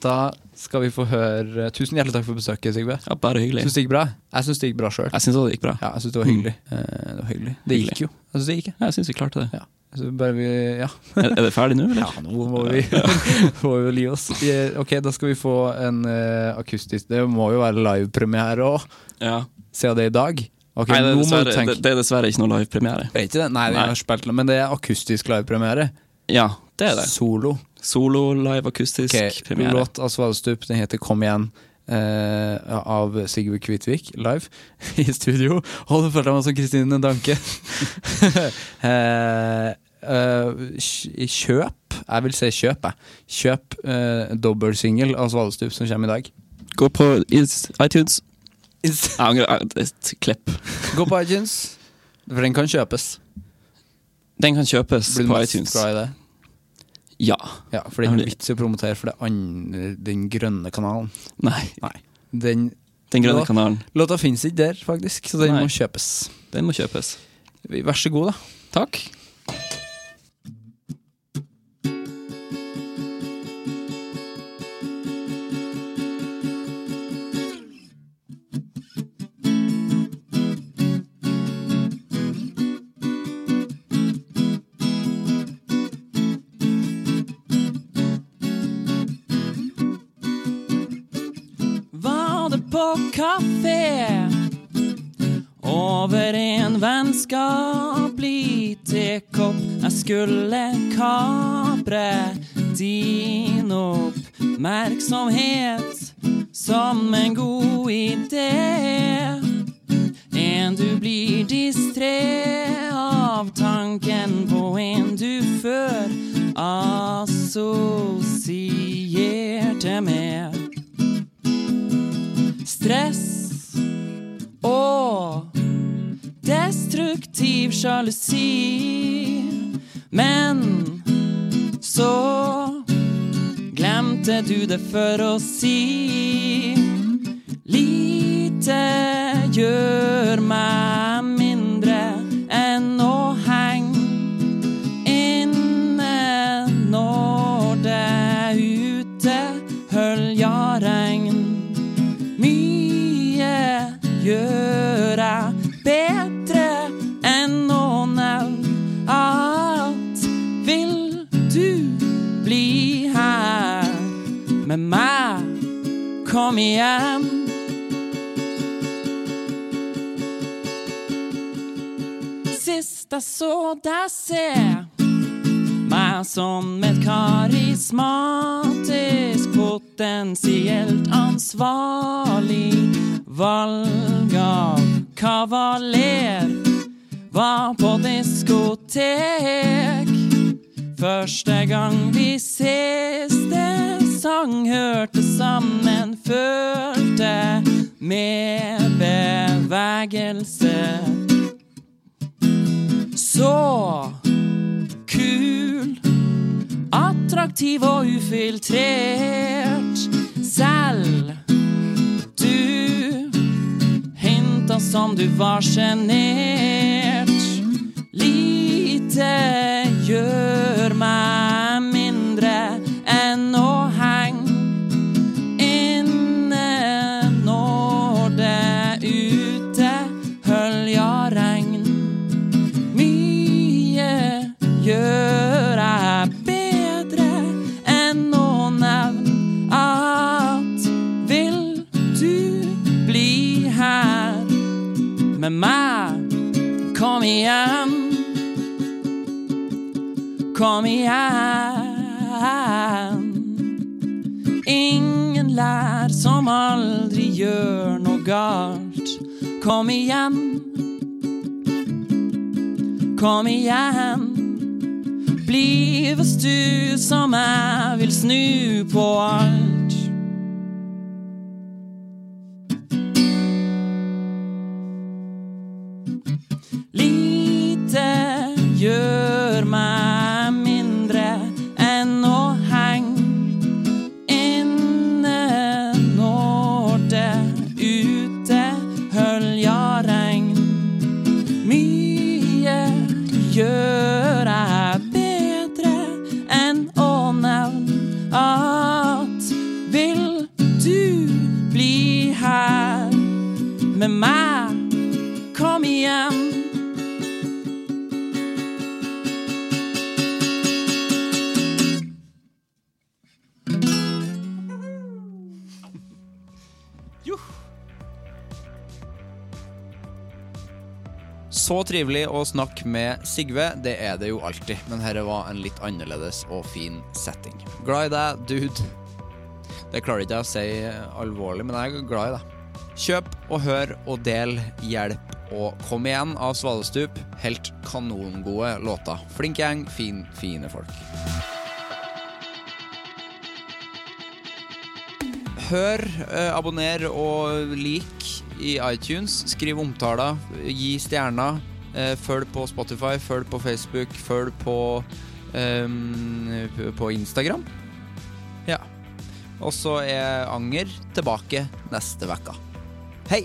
A: Da skal vi få høre Tusen hjertelig takk for besøket, Sigve.
C: Ja, bare hyggelig.
A: Syns det gikk bra? Jeg syns det gikk bra sjøl.
C: Jeg syns det gikk bra.
A: Ja, jeg syns det var hyggelig. Eh, det var hyggelig. Det
C: Mm. Hyggelig.
A: gikk jo. Jeg syns det gikk, jeg.
C: Jeg syns vi klarte det.
A: Ja. Så bare vi Ja,
C: Er, er det ferdig nå, eller?
A: nå må vi, [LAUGHS] må vi jo li oss. Eh, Ok, da skal vi få en eh, akustisk Det må jo være livepremiere òg,
C: Ja.
A: siden det er i dag. Ok,
C: Nei, det, er
A: nå må du
C: dessverre-
A: tenke
C: det, det er dessverre ikke noe livepremiere.
A: Er ikke det? Nei, vi
C: Nei.
A: har spilt den, men det er akustisk livepremiere.
C: Ja, det er det.
A: Solo.
C: Solo, live, akustisk
A: Ok,
C: premiere.
A: Låt av Svalestup, den heter Kom igjen. eh, av Sigve Kvitvik, live [LAUGHS] i studio. Og det følte jeg meg som Kristine Danke. [LAUGHS] Eh, eh, kj- kjøp Jeg vil si kjøp, jeg. Kjøp uh, dobbeltsingel av Svalestup som kommer i dag.
C: Gå på is- iTunes. Jeg angrer. jeg- det er Et klipp.
A: Gå på iTunes, for den kan kjøpes.
C: Den kan kjøpes
A: Blir du
C: på
A: mest
C: iTunes.
A: glad i det?
C: Ja.
A: Ja, for det er ikke noe vits i å promotere for det andre, den grønne kanalen.
C: Nei.
A: Den
C: Den grønne
A: Låt-
C: kanalen.
A: låta fins ikke der, faktisk, så den
C: Nei.
A: må kjøpes.
C: Den må kjøpes.
A: Vær så god, da.
C: Takk. Var det på kafé? Over en vennskapelig tekopp Jeg skulle kapre din oppmerksomhet Som en god idé En du blir distré av tanken på en du før assosierte med Stress og destruktiv sjalusi. Men så glemte du det for å si. Lite gjør meg mindre enn å henge inne når det er ute hølja regn. Mye gjør jeg bedre enn noen nevn at vil du bli her med meg? Kom igjen, sist jeg så deg se meg som et karismatisk, potensielt ansvarlig valg av kavaler var på diskotek. Første gang vi siste sang hørte sammen, følte med bevegelse. Så kul, attraktiv og ufiltrert. Selv du hinta som du var sjenert. Lite gjør meg mindre enn å henge inne når det ute hølja regn. Mye gjør jeg bedre enn å nevne at vil du bli her med meg? Kom igjen. Kom igjen. Ingen lær som aldri gjør noe galt. Kom igjen. Kom igjen. Blives du som jeg vil snu på alt. Lite gjør meg mindre enn å henge inne når det ute hølja regn. Mye gjør jeg bedre enn å nevne at vil du bli her med meg? Kom igjen.
A: Så trivelig å snakke med Sigve, det er det jo alltid, men dette var en litt annerledes og fin setting. Glad i deg, dude. Det klarer ikke jeg å si alvorlig, men jeg er glad i deg. Kjøp og hør og del Hjelp og Kom igjen av Svalestup. Helt kanongode låter. Flink gjeng, fin, fine folk. Hør, eh, abonner og lik i iTunes. Skriv omtaler, gi stjerner. Eh, følg på Spotify, følg på Facebook, følg på eh, på Instagram. Ja. Og så er Anger tilbake neste uke. Hei!